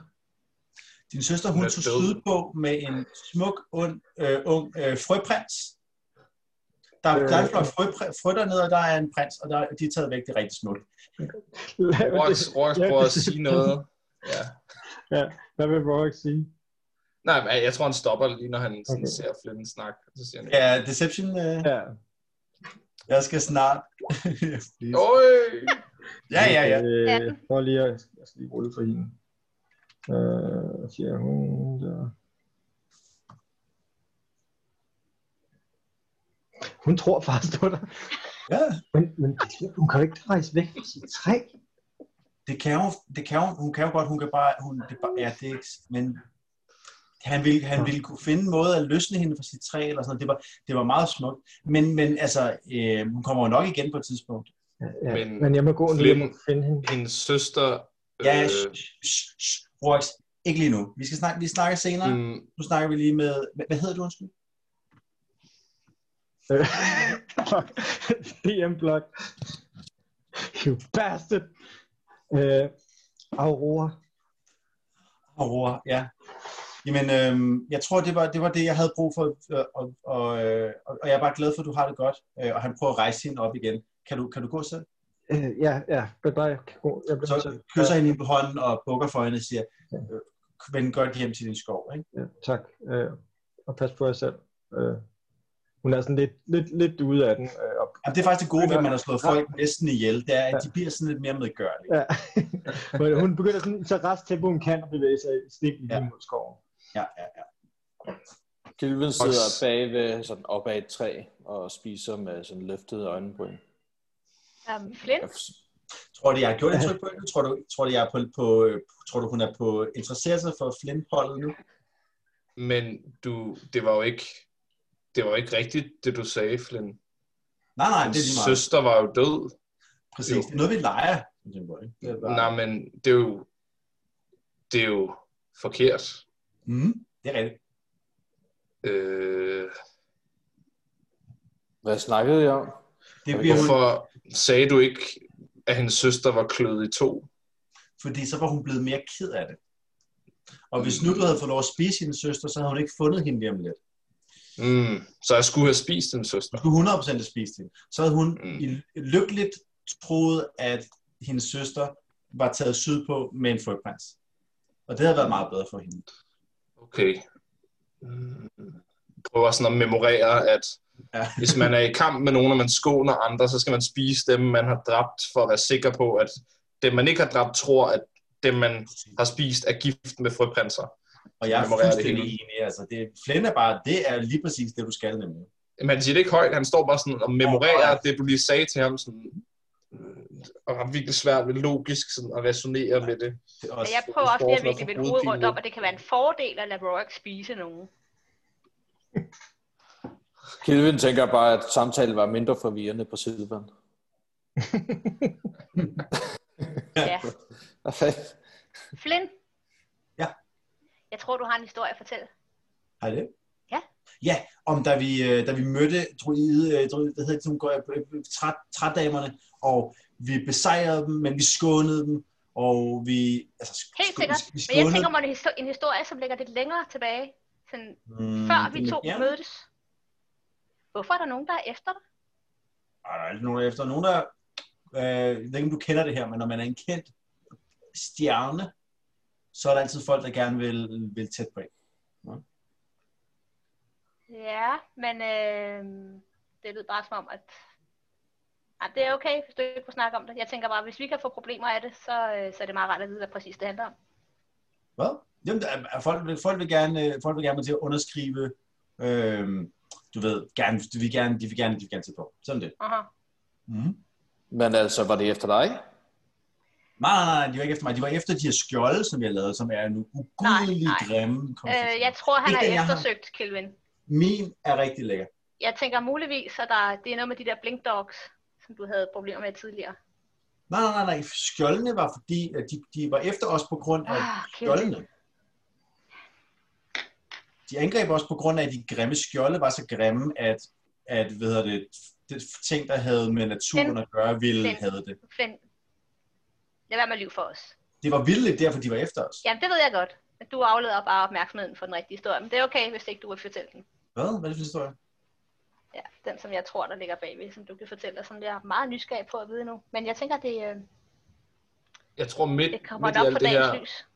Din søster, hun
Hun er
tog
død.
syd på med en smuk, ond, øh, ung øh, frøprins. Der, er- der er en flok frø, frø dernede, og der er en prins, og der, de er taget væk. Det er rigtig smukt.
Roax, Roax
Ja,
prøver at
det-
sige noget. Ja.
Hvad vil Rorik sige?
Nej, men jeg tror, han stopper lige, når han sådan,
Okay.
ser Flynn snakke. Så siger han,
Ja, Deception, øh,
Ja.
jeg skal snart.
Øj!
ja, ja, ja.
Øh, prøv lige at, jeg skal lige rulle for hende. Øh, hvad siger hun der. Hun tror faktisk på dig.
ja.
Men, men hun kan jo ikke rejse væk fra sit træ.
Det kan jo, det kan jo, hun kan jo godt, hun kan bare, hun, det, er bare- ja, det er ikke, men han ville, han ville kunne finde en måde at løsne hende fra sit træ, eller sådan noget. Det var, det var meget smukt. Men, men altså, øh, hun kommer jo nok igen på et tidspunkt.
Ja, ja. Men,
Men-
men jeg må gå nu, jeg må finde hende.
Hendes søster...
Ja,
Øh.
sh- sh- sh- sh- Rox, ikke lige nu. Vi skal snakke, vi snakker senere. Mm.
mm,
Nu snakker vi lige med, hvad, hvad hedder du, undskyld?
Øh, fuck. DM-blok. You bastard. Øh, Aurora.
Aurora, ja. Jamen, øhm, jeg tror, det var, det var det, jeg havde brug for, øh, og, og, øh, og og jeg er bare glad for, at du har det godt, øh, og han prøver at rejse hende op igen. Kan du, kan du gå selv?
Øh, ja, ja, men nej, jeg kan gå. Jeg bliver nødt
Så
til-
kysser han hende på hånden og bukker for hende og siger, øh, vend godt hjem til din skov. Ikke?
Ja, tak. Øh, og pas på jer selv. Øh, hun er sådan lidt, lidt, lidt ude af den. Øh, og,
Jamen, det er faktisk det gode ved, at man har slået folk næsten ihjel, det er, at de bliver sådan lidt mere medgørlige.
ja. Men hun begynder sådan, så rest tempo, hun kan at bevæge sig stik ja.
Ja.
mod skoven.
Ja, ja, ja.
Kilven sidder bag ved, sådan op ad et træ og spiser med sådan løftede øjenbryn.
Um, Flint,
Jeg for-
Tror du, jeg har gjort et tryk på hende? Tror du, tror du, jeg er på, på, øh, tror du hun er på interesseret sig for Flint-holdet nu?
Men du, det var jo ikke, det var jo ikke rigtigt, det du sagde, Flynn.
Nej, nej, det
Hans
er lige meget.
søster var jo død.
Præcis. Det er noget, vi leger. på den måde, ikke? Det er bare-
Nej, men det er jo, det er jo forkert.
Mm, det er rigtigt.
Øh,
Hvad snakkede jeg om?
Det
Og
bliver hun,
hvorfor sagde du ikke, at hendes søster var kløet i to?
fordi så var hun blevet mere ked af det. Og hvis nu du havde fået lov at spise hendes søster, så havde hun ikke fundet hende lige om lidt.
Mm, så jeg skulle have spist hendes
Hun
søster.
skulle 100% have spist hende. Så havde hun
Mm.
i- lykkeligt troet, at hendes søster var taget sydpå med en frøprins. Og det havde været meget bedre for hende.
Okay. Mm. Prøver sådan at memorere, at
Ja.
hvis man er i kamp med nogen, og man skåner andre, så skal man spise dem, man har dræbt, for at være sikker på, at dem, man ikke har dræbt, tror, at dem, man har spist, er gift med frøprinser.
Og jeg er
Memorere det
fuldstændig
hele.
enig. Altså, det, Flynn er bare, det er lige præcis det, du skal nemlig.
Men han siger det ikke højt, han står bare sådan og memorerer ja. det, du lige sagde til ham, sådan, og har virkelig svært ved logisk sådan, at resonere med det.
Det er
og
også,
jeg prøver også lige at
Forslag
vikle
for
mit hoved rundt
hovedpine.
om, at det kan være en fordel at lade Rorik spise nogen.
Kilven tænker bare, at samtalen var mindre forvirrende på Silvan.
Ja.
Hvad fanden?
Flynn?
Ja.
Jeg tror, du har en historie at fortælle.
Har I det?
Ja.
Ja, om da vi, øh, da vi mødte druide, øh, druide, det hedder som går træt, trædamerne, og vi besejrede dem, men vi skånede dem, og vi... Altså, sk-
Helt
sk-
sikkert.
vi
Men jeg
skånede
tænker mig en histo- en historie, som ligger lidt længere tilbage, sådan,
dem. Mm.
før vi to
Ja,
mødtes. Hvorfor er der nogen, der er efter dig?
der er altid nogen der er efter. Nogen, der... Øh, jeg ved ikke, om du kender det her, men når man er en kendt stjerne, så er der altid folk, der gerne vil, vil tæt på en.
Ja, men øh, det lyder bare som om, at Ej, det er okay, hvis du ikke kunne snakke om det. Jeg tænker bare, hvis vi kan få problemer af det, så, øh, så er det meget rart at vide, hvad præcis det handler om.
Hvad? Jamen, der er- er folk, vil, folk, vil gerne, øh, folk vil gerne til at underskrive, øh, du ved, gerne, de vil gerne, de vil gerne, de vil gerne til på. Sådan det.
Aha.
Mm.
Men altså, var det efter dig?
Nej, nej, nej, de var ikke efter mig. De var efter de her skjolde, som jeg lavede, som er nu ugudelige
Nej, nej.
grimme.
Øh,
konstruktioner.
jeg tror, han
Ikke
har
den, jeg har.
eftersøgt Kelvin.
Min er rigtig lækker.
Jeg tænker muligvis, at der, det er noget med de der blink dogs, som du havde problemer med tidligere.
Nej, nej, nej, nej. Skjoldene var fordi, at de, de var efter os på grund af
Ah, Kelvin.
skjoldene. De angreb os på grund af, at de grimme skjolde var så grimme, at, at hvad hedder det, det, ting, der havde med naturen
Den-
at gøre, ville
den-
have det.
Flint, lad være med at lyve for os.
Det var vildt derfor, de var efter os.
Jamen, det ved jeg godt. Men du afleder bare opmærksomheden for den rigtige historie. Men det er okay, hvis ikke du vil fortælle den.
Hvad? Hvad er det for en historie?
Ja, den, som jeg tror, der ligger bagved, som du kan fortælle, og som jeg er meget nysgerrig på at vide nu. Men jeg tænker, det, øh,
Jeg tror midt,
det kommer
midt i
nok på
alt det
dagens
her,
lys.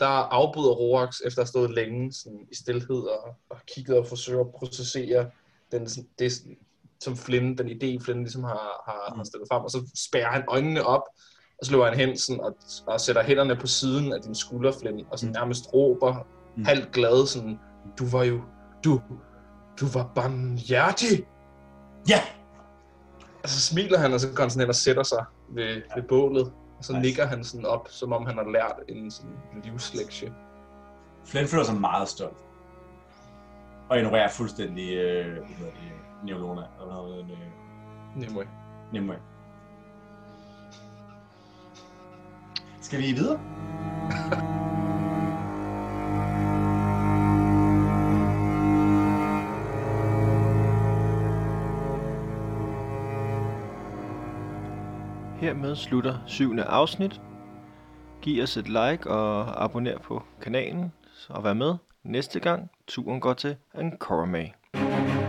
der afbryder Rorax efter at have stået længe sådan, i stilhed og, og kigget og forsøger at processere den, sådan- det, sådan- som Flynn, den idé, Flynn ligesom har, har,
Mm.
har stillet frem, og så spærrer han øjnene op, og så løber han hen sådan, og, og sætter hænderne på siden af din skulder, Flynn, og sådan
Mm.
nærmest råber,
Mm.
mm. halvt glad, sådan, du var jo, du, du var barmhjertig!
Ja!
Og så smiler han, og så går han sådan hen og sætter sig ved, ved bålet, og så
Nice.
nikker han sådan op, som om han har lært en sådan livslektie.
Flynn føler sig meget stolt. Og ignorerer fuldstændig øh, hvad hedder det, Neolona. Eller hvad hedder det, øh,
Anyway.
Nimue. Skal vi videre?
Hermed slutter syvende afsnit. Giv os et like og abonner på kanalen og vær med Næste gang turen går til Ankorme.